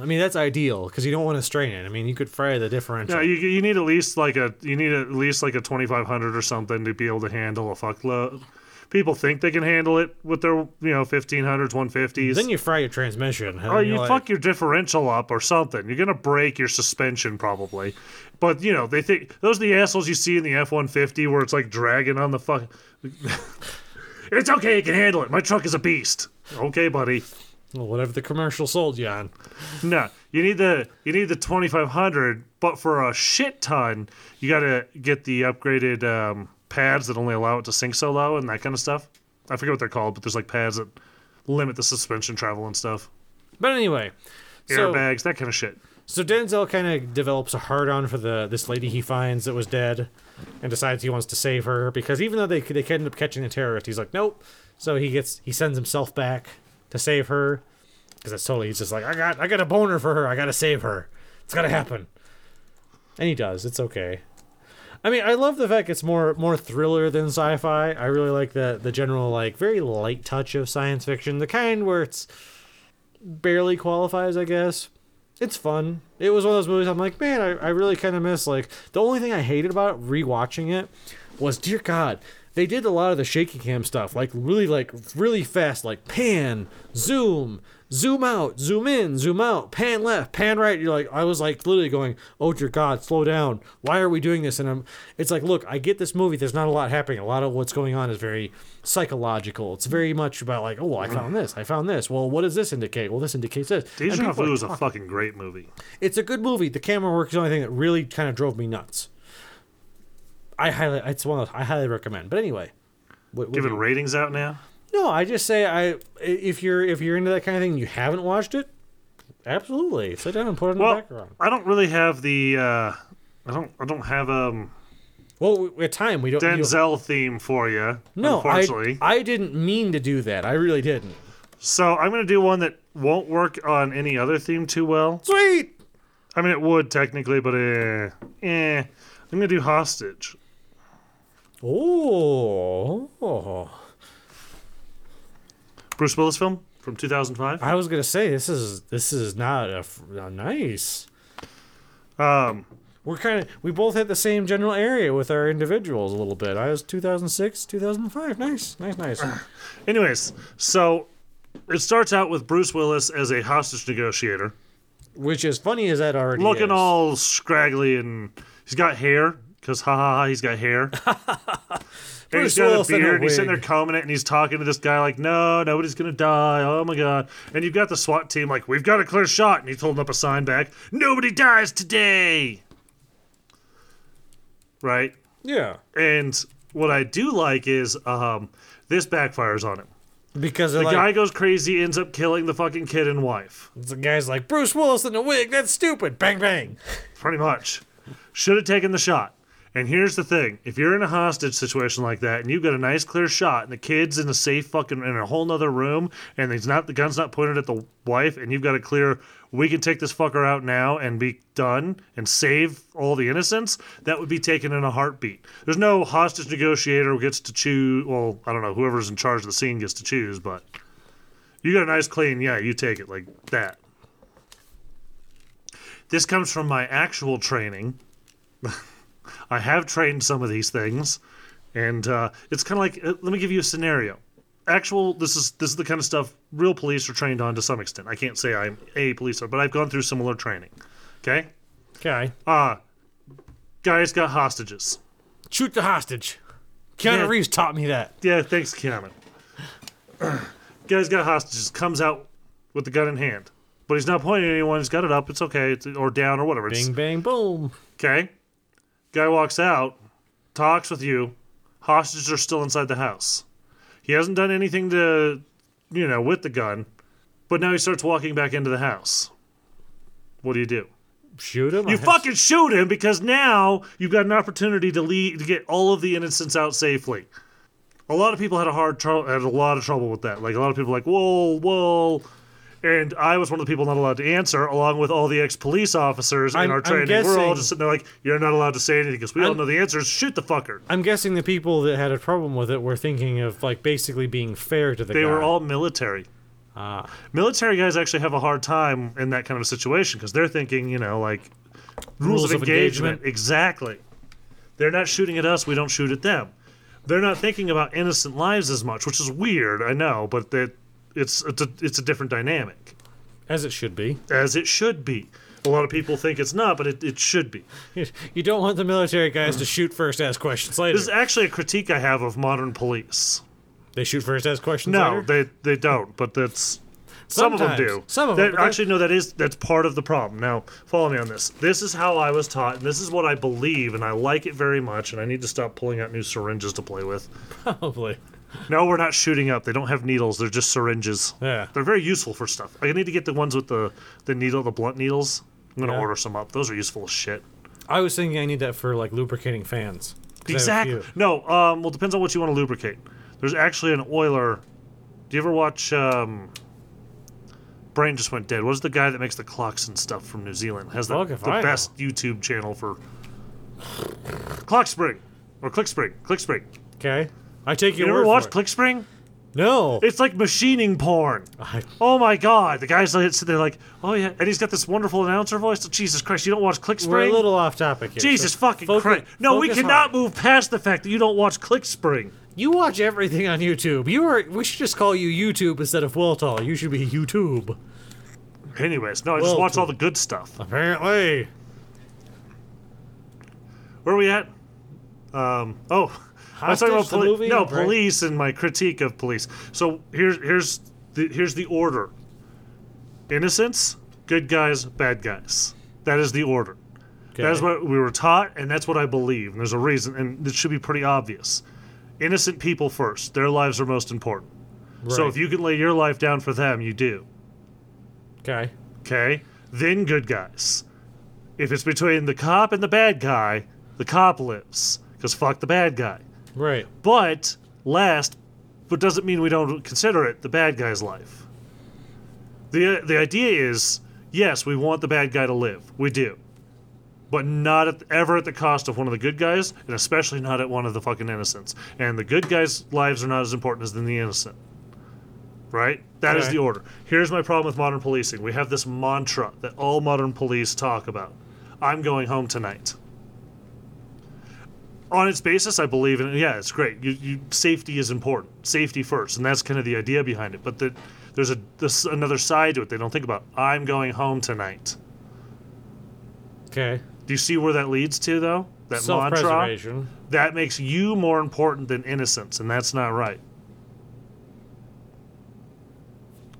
I mean that's ideal because you don't want to strain it. I mean you could fry the differential. No, you, you need at least like a you need at least like a twenty five hundred or something to be able to handle a fuckload. People think they can handle it with their you know 1500s, 150s. Then you fry your transmission. And Oh, then you you're like, fuck your differential up or something. You're gonna break your suspension probably. But you know they think those are the assholes you see in the F one fifty where it's like dragging on the fuck. [laughs] it's okay, it can handle it. My truck is a beast. Okay, buddy. Well, whatever the commercial sold you on. No, you need the you need the twenty five hundred, but for a shit ton, you gotta get the upgraded um, pads that only allow it to sink so low and that kind of stuff. I forget what they're called, but there's like pads that limit the suspension travel and stuff, But anyway, so, airbags, that kind of shit. so Denzel kind of develops a hard on for the this lady he finds that was dead, and decides he wants to save her because even though they they could end up catching the terrorist, he's like nope. So he gets he sends himself back to save her because that's totally he's just like I got I got a boner for her. I got to save her. It's gotta happen. And he does. It's okay. I mean, I love the fact it's more more thriller than sci-fi. I really like the the general like very light touch of science fiction, the kind where it's barely qualifies, I guess. It's fun. It was one of those movies I'm like, man, I, I really kind of miss like the only thing I hated about rewatching it was dear god, they did a lot of the shaky cam stuff, like really like really fast like pan, zoom, zoom out, zoom in, zoom out, pan left, pan right. You're like I was like literally going, "Oh dear god, slow down. Why are we doing this?" And I'm it's like, "Look, I get this movie. There's not a lot happening. A lot of what's going on is very psychological. It's very much about like, "Oh, Mm. I found this. I found this. Well, what does this indicate? Well, this indicates this." And Deja people are Vu is a fucking great movie. it's a good movie. The camera work is the only thing that really kind of drove me nuts. I highly, it's one of those, I highly recommend. But anyway, what, what do Giving you- ratings out now. no, I just say I if you're if you're into that kind of thing, and you haven't watched it. Absolutely, sit down and put it in Well, the background. I don't really have the uh, I don't I don't have um Well, we- we at time we don't. you don't- Denzel theme for you. no, I, unfortunately. I didn't mean to do that. I really didn't. So I'm gonna do one that won't work on any other theme too well. Sweet. I mean, it would technically, but eh, eh. I'm gonna do hostage. Oh, oh. Bruce Willis film from 2005. I was gonna say this is this is not a, f- a nice. Um, We're kind of we both hit the same general area with our individuals a little bit. I was 2006, 2005. Nice, nice, [sighs] nice. anyways, so it starts out with Bruce Willis as a hostage negotiator, Which is funny as that already looking is. all scraggly, and he's got hair. Cause ha ha ha, he's got [laughs] hair. and Bruce he's got Willis a in a beard. and he's sitting there wig. combing it, and he's talking to this guy like, "No, nobody's gonna die. Oh my god!" And you've got the SWAT team like, "We've got a clear shot," and he's holding up a sign back, "Nobody dies today." Right. yeah And what I do like is um, this backfires on him. because the The like, guy goes crazy, ends up killing the fucking kid and wife. the guy's like Bruce Willis in a wig. That's stupid. Bang bang. Pretty much. Should have taken the shot. And here's the thing if you're in a hostage situation like that and you've got a nice clear shot and the kid's in a safe fucking, in a whole nother room and he's not, the gun's not pointed at the wife and you've got a clear, we can take this fucker out now and be done and save all the innocents, that would be taken in a heartbeat. There's no hostage negotiator who gets to choose, well, I don't know, whoever's in charge of the scene gets to choose, but You got a nice clean, yeah, you take it like that. This comes from my actual training. [laughs] I have trained some of these things, and uh, it's kind of like uh, let me give you a scenario. Actual, this is this is the kind of stuff real police are trained on to some extent. I can't say I'm a police, officer, but I've gone through similar training. Okay, Okay. uh, guys got hostages. Shoot the hostage. Keanu Yeah. Reeves taught me that. Yeah, thanks, Keanu. [clears throat] Guy's got hostages. Comes out with the gun in hand, but he's not pointing at anyone. He's got it up. It's okay. It's, or down or whatever. It's, Bing, bang, boom. okay. Guy walks out, talks with you. Hostages are still inside the house. He hasn't done anything to, you know, with the gun, but now he starts walking back into the house. What do you do? Shoot him. You I- fucking shoot him because now you've got an opportunity to lead to get all of the innocents out safely. A lot of people had a hard trou had a lot of trouble with that. Like a lot of people were like whoa whoa, and I was one of the people not allowed to answer, along with all the ex police officers I'm- in our I'm training. we're all guessing- just sitting there like you're not allowed to say anything because we all I'm- know the answers. Shoot the fucker. I'm guessing the people that had a problem with it were thinking of like basically being fair to the They guy. were all military. Ah. Military guys actually have a hard time in that kind of a situation because they're thinking, you know, like rules, of, engagement. Exactly. They're not shooting at us, we don't shoot at them. They're not thinking about innocent lives as much, which is weird, I know, but that it's it's a, it's a different dynamic as it should be. [laughs] as it should be. A lot of people think it's not, but it, it should be. You don't want the military guys to shoot first, ask questions later. Mm. This is actually a critique I have of modern police. they shoot first, ask questions No, later. they they don't. But that's some of them Sometimes. do. Some of That- them, but that- actually no. That is that's part of the problem. Now follow me on this. This is how I was taught, and this is what I believe, and I like it very much. And I need to stop pulling out new syringes to play with. Probably. No, we're not shooting up. They don't have needles. They're just syringes. Yeah. They're very useful for stuff. I need to get the ones with the the needle, the blunt needles. I'm gonna Yeah. order some up. Those are useful as shit. I was thinking I need that for like lubricating fans. 'Cause I have a Exactly. few. No. Um. Well, depends on what you want to lubricate. There's actually an oiler. Do you ever watch? Um, Brain just went dead. What is the guy that makes the clocks and stuff from New Zealand? Has the, Fuck if the I know. best YouTube channel for Clock Spring or Click Spring. Click Spring. Okay. I take You your ever word watch for it. Click Spring? No. It's like [laughs] machining porn. I- Oh my god! The guys like sitting there like, oh yeah, and he's got this wonderful announcer voice. Oh, Jesus Christ! You don't watch Click Spring? we're a little off topic here. so Jesus fucking focus- Christ! No, we focus cannot hard. move past the fact that you don't watch Click Spring. You watch everything on YouTube. You are. We should just call you YouTube instead of Wiltall. You should be YouTube. Anyways, no, I just Well, watch all the good stuff. Apparently. Where are we at? Um, oh, I was talking about Hostage, the poli- movie, no right? police and my critique of police. So here's here's the, here's the order: innocence, good guys, bad guys. That is the order. That is Okay. what we were taught, and that's what I believe. And there's a reason, and it should be pretty obvious. Innocent people first; their lives are most important. So Right. if you can lay your life down for them, you do. Okay. Okay? Then good guys. If it's between the cop and the bad guy, the cop lives. Because fuck the bad guy. Right. But last, but doesn't mean we don't consider it the bad guy's life. The, uh, the idea is yes, we want the bad guy to live. We do. But not at, ever at the cost of one of the good guys, and especially not at one of the fucking innocents. And the good guys' lives are not as important as in the innocent. Right? That is Okay. the order. Here's my problem with modern policing we have this mantra that all modern police talk about I'm going home tonight on its basis, I believe in. Yeah, it's great. You, you, safety is important. Safety first, and that's kind of the idea behind it. But the, there's a this, another side to it they don't think about. I'm going home tonight. Okay. Do you see where that leads to, though? That mantra Self-preservation. that makes you more important than innocence, and that's not right.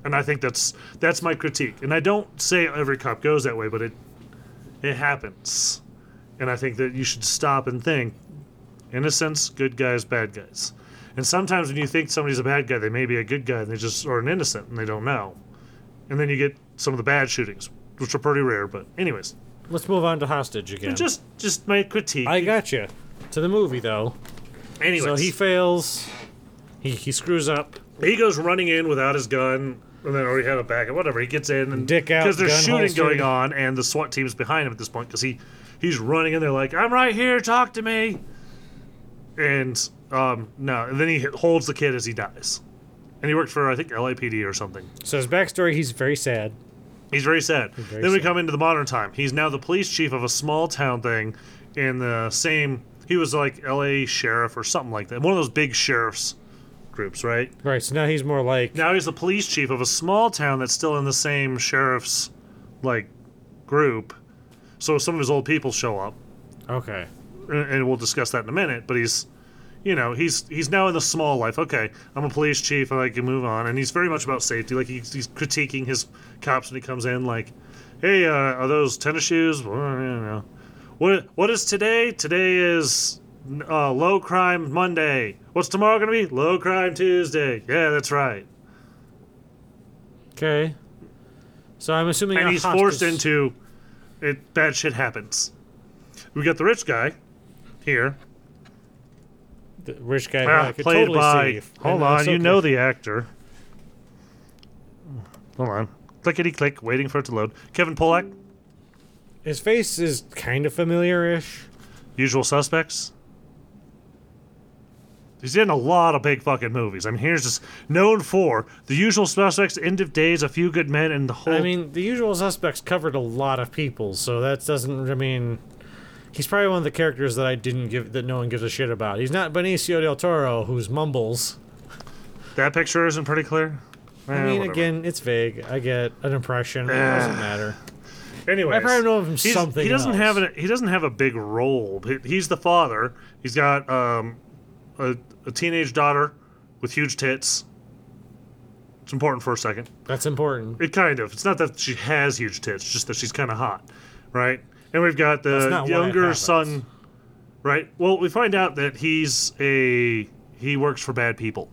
And I think that's that's my critique. And I don't say every cop goes that way, but it it happens. And I think that you should stop and think innocence, good guys, bad guys. And sometimes when you think somebody's a bad guy, they may be a good guy and they just are an innocent and they don't know. And then you get some of the bad shootings, which are pretty rare, but anyways. Let's move on to hostage again. Just just my critique. I gotcha. To the movie though. anyways. So he fails. He he screws up. He goes running in without his gun, and then already had a backup. Whatever. He gets in and Dick out, because there's gun shooting holstered. going on, and the SWAT team's behind him at this point because he he's running in there like I'm right here, talk to me. And um, no, and then he hit- holds the kid as he dies. and he worked for I think LAPD or something. So his backstory, he's very sad. He's very sad. very then we sad. come into the modern time. He's now the police chief of a small town thing in the same. He was like LA sheriff or something like that. One of those big sheriffs groups, right? Right, so now he's more like Now he's the police chief of a small town that's still in the same sheriff's like group. So some of his old people show up, okay. and- and we'll discuss that in a minute. But he's, you know, he's he's now in the small life. Okay, I'm a police chief, and I can move on. And he's very much about safety. Like he's, he's critiquing his cops when he comes in. Like, hey, uh, are those tennis shoes? Well, I don't know. What what is today? Today is uh, low crime Monday. What's tomorrow gonna be? Low crime Tuesday. Yeah, that's right. Okay. So I'm assuming and a he's hostage- forced into it. Bad shit happens. We got the rich guy here, the rich guy who ah, I could played totally by. see. if- Hold and on, it's you okay. know the actor. Hold on, clickety click, waiting for it to load. Kevin Pollak, his face is kind of familiar-ish. Usual Suspects. He's in a lot of big fucking movies. I mean, here's just known for The Usual Suspects, End of Days, A Few Good Men, and the whole. I mean, the usual suspects covered a lot of people, so that doesn't. I mean, he's probably one of the characters that I didn't give that no one gives a shit about. He's not Benicio del Toro, who's mumbles. that picture isn't pretty clear. Eh, I mean, again, it's vague. I get an impression. It doesn't matter. Anyway, I probably know him from Eh. he's, something He doesn't else. have a he doesn't have a big role. He- He's the father. He's got um, a, a teenage daughter with huge tits. It's important for a second. That's important. It kind of. It's not that she has huge tits, it's just that she's kind of hot, right? And we've got That's the not why it younger happens. son, right? Well, we find out that he's a he works for bad people.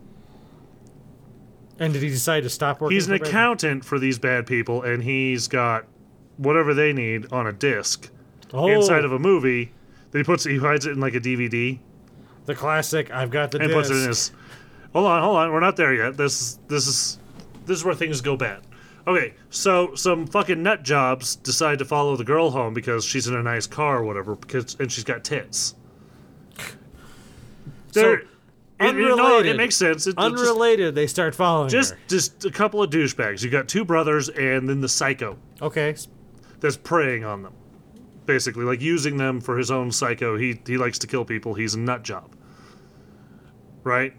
And did he decide to stop working? He's an for Batman? accountant for these bad people, and he's got whatever they need on a disc Oh, inside of a movie that he puts he hides it in like a DVD the classic. I've got the and puts it in disc. his Hold on, hold on, we're not there yet. This is this is this is where things go bad. Okay, so some fucking nut jobs decide to follow the girl home because she's in a nice car or whatever because and she's got tits. They're- it- it, no, unrelated. it makes sense. It, it just- Unrelated, they start following just her. just a couple of douchebags. You got two brothers and then the psycho Okay, s- that's preying on them, basically, like using them for his own psycho. He he likes to kill people. He's a nut job, right?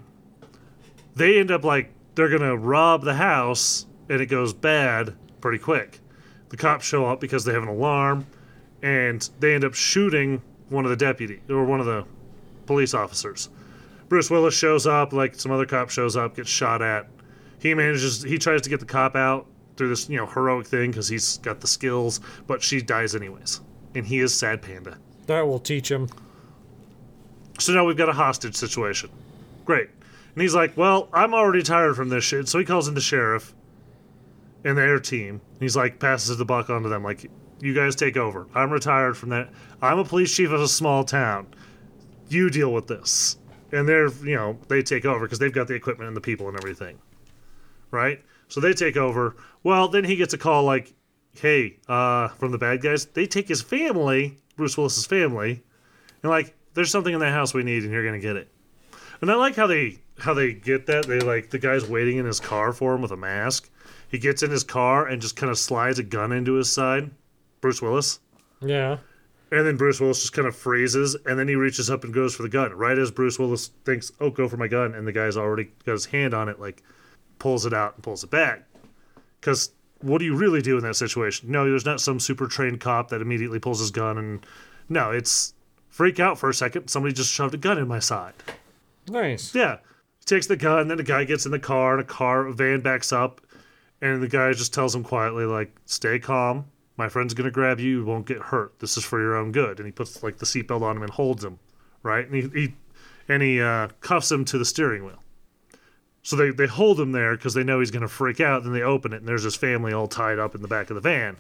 They end up like they're gonna rob the house, and it goes bad pretty quick. The cops show up because they have an alarm, and they end up shooting one of the deputy or one of the police officers. Bruce Willis shows up, like some other cop shows up, gets shot at. He manages, he tries to get the cop out through this, you know, heroic thing because he's got the skills, but she dies anyways. And he is Sad Panda. that will teach him. So now we've got a hostage situation. Great. And he's like, well, I'm already tired from this shit. So he calls in the sheriff and their team. And he's like, passes the buck onto them, like, you guys take over. I'm retired from that. I'm a police chief of a small town. You deal with this. And they're, you know, they take over because they've got the equipment and the people and everything. Right? So they take over. Well, then he gets a call like, hey, uh, from the bad guys. They take his family, Bruce Willis's family, and like, there's something in that house we need, and you're gonna get it. And I like how they how they get that. They like the guy's waiting in his car for him with a mask. He gets in his car and just kind of slides a gun into his side, Bruce Willis. Yeah. And then Bruce Willis just kind of freezes, and then he reaches up and goes for the gun. Right as Bruce Willis thinks, "Oh, go for my gun," and the guy's already got his hand on it, like pulls it out and pulls it back. Because what do you really do in that situation? No, there's not some super trained cop that immediately pulls his gun and no, it's freak out for a second. Somebody just shoved a gun in my side. Nice. Yeah. He takes the gun, then the guy gets in the car, and a car a van backs up, and the guy just tells him quietly, like, stay calm. My friend's gonna grab you, you won't get hurt. This is for your own good. And he puts like the seatbelt on him and holds him. Right? And he, he and he uh, cuffs him to the steering wheel. So they, they hold him there because they know he's gonna freak out, then they open it and there's his family all tied up in the back of the van.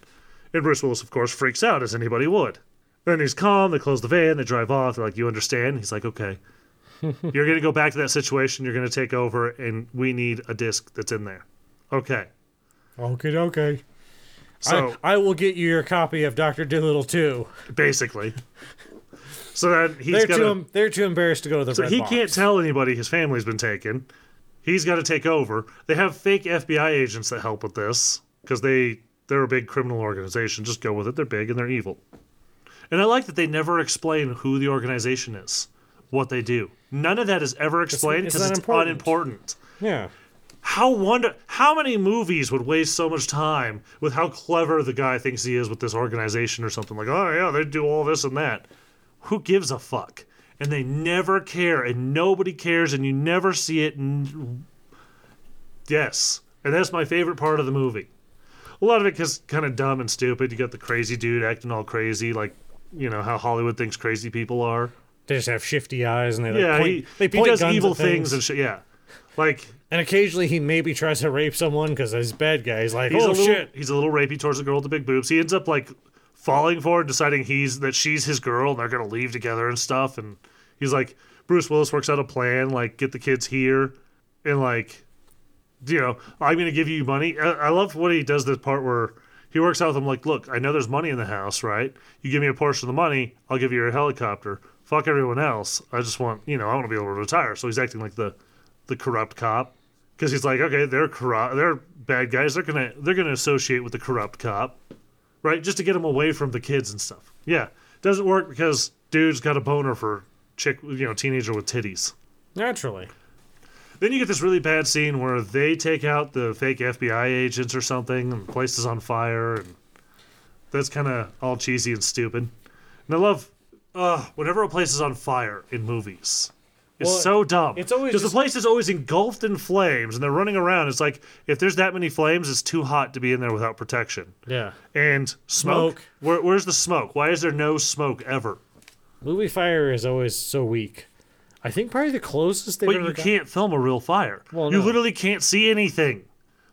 And Bruce Willis, of course, freaks out as anybody would. Then he's calm, they close the van, they drive off, they're like, You understand? He's like, Okay you're going to go back to that situation. You're going to take over, and we need a disc that's in there. Okay. Okay. Okay. So I, I will get you your copy of Doctor Dolittle too. basically, so then he's They're going too em- they're too embarrassed to go to the. So red he box. can't tell anybody his family's been taken. He's got to take over. They have fake FBI agents that help with this because they they're a big criminal organization. Just go with it. They're big and they're evil. And I like that they never explain who the organization is, what they do. None of that is ever explained it's because not it's, important. unimportant. Yeah. How wonder how many movies would waste so much time with how clever the guy thinks he is with this organization or something like, oh yeah, they do all this and that. Who gives a fuck? And they never care, and nobody cares, and you never see it. And yes, and that's my favorite part of the movie. A lot of it is kind of dumb and stupid. You got the crazy dude acting all crazy, like you know how Hollywood thinks crazy people are. They just have shifty eyes and they like, yeah, point, he, they he point does guns evil at things. things and shit. Yeah, like And occasionally he maybe tries to rape someone because he's a bad guy. He's like, he's oh a little, shit. He's a little rapey towards the girl with the big boobs. He ends up like falling for it, deciding he's that she's his girl and they're gonna leave together and stuff. And he's like, Bruce Willis works out a plan, like get the kids here, and like, you know, I'm gonna give you money. I, I love what he does. This part where he works out with them, like, look, I know there's money in the house, right? You give me a portion of the money, I'll give you your helicopter. Fuck everyone else. I just want, you know, I want to be able to retire. So he's acting like the, the corrupt cop because he's like, okay, they're corrupt, they're bad guys. They're gonna they're gonna associate with the corrupt cop, right? Just to get him away from the kids and stuff. Yeah, doesn't work because dude's got a boner for chick, you know, teenager with titties. Naturally. Then you get this really bad scene where they take out the fake FBI agents or something, and the place is on fire, and that's kind of all cheesy and stupid. And I love, uh, whenever a place is on fire in movies, it's Well, so dumb. it's always because just- the place is always engulfed in flames, and they're running around. It's like if there's that many flames, it's too hot to be in there without protection. Yeah. And smoke. Smoke. Where, where's the smoke? Why is there no smoke ever? Movie fire is always so weak. I think probably the closest they've But ever you got- can't film a real fire. Well, You no. literally can't see anything.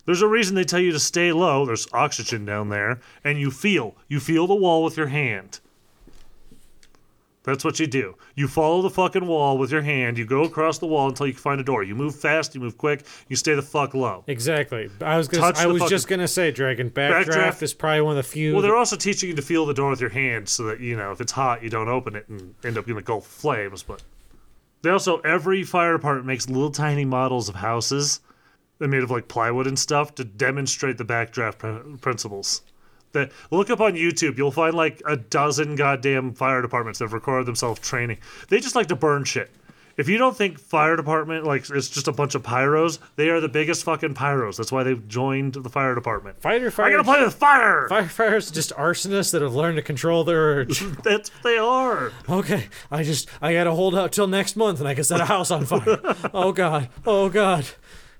There's a reason they tell you to stay low. There's oxygen down there, and you feel. You feel the wall with your hand. That's what you do. You follow the fucking wall with your hand. You go across the wall until you find a door. You move fast. You move quick. You stay the fuck low. Exactly. I was gonna, Touch I the was fucking- just gonna say, Dragon backdraft, Backdraft- is probably one of the few. Well, they're also teaching you to feel the door with your hand so that, you know, if it's hot, you don't open it and end up in a gulf of flames. But they also, every fire department makes little tiny models of houses. They're made of like plywood and stuff to demonstrate the backdraft pr- principles. That look up on YouTube, you'll find like a dozen goddamn fire departments that have recorded themselves training. They just like to burn shit. If you don't think fire department like it's just a bunch of pyros, they are the biggest fucking pyros. That's why they've joined the fire department. fighter I fire. gotta play with fire. Firefighters are just arsonists that have learned to control their [laughs] urge. That's what they are. okay, I just I gotta hold out till next month, and I can set a house on [laughs] fire. oh God, oh God.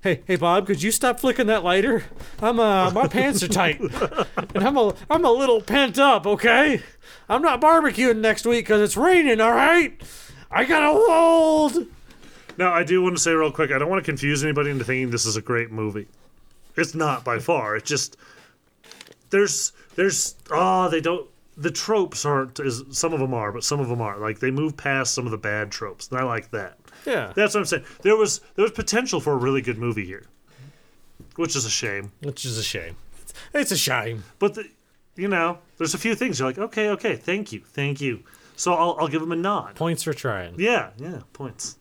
Hey, hey, Bob, could you stop flicking that lighter? I'm uh, my pants are tight, and I'm a I'm a little pent up. Okay, I'm not barbecuing next week because it's raining. All right, I gotta hold. Now, I do want to say real quick, I don't want to confuse anybody into thinking this is a great movie. It's not by far. It's just there's there's ah they don't the tropes aren't as some of them are, but some of them are like they move past some of the bad tropes, and I like that. Yeah, That's what I'm saying. There was there was potential for a really good movie here, which is a shame. which is a shame. It's a shame. But the, you know, there's a few things you're like, okay, okay, thank you, thank you. So I'll I'll give them a nod. Points for trying. Yeah, yeah, points.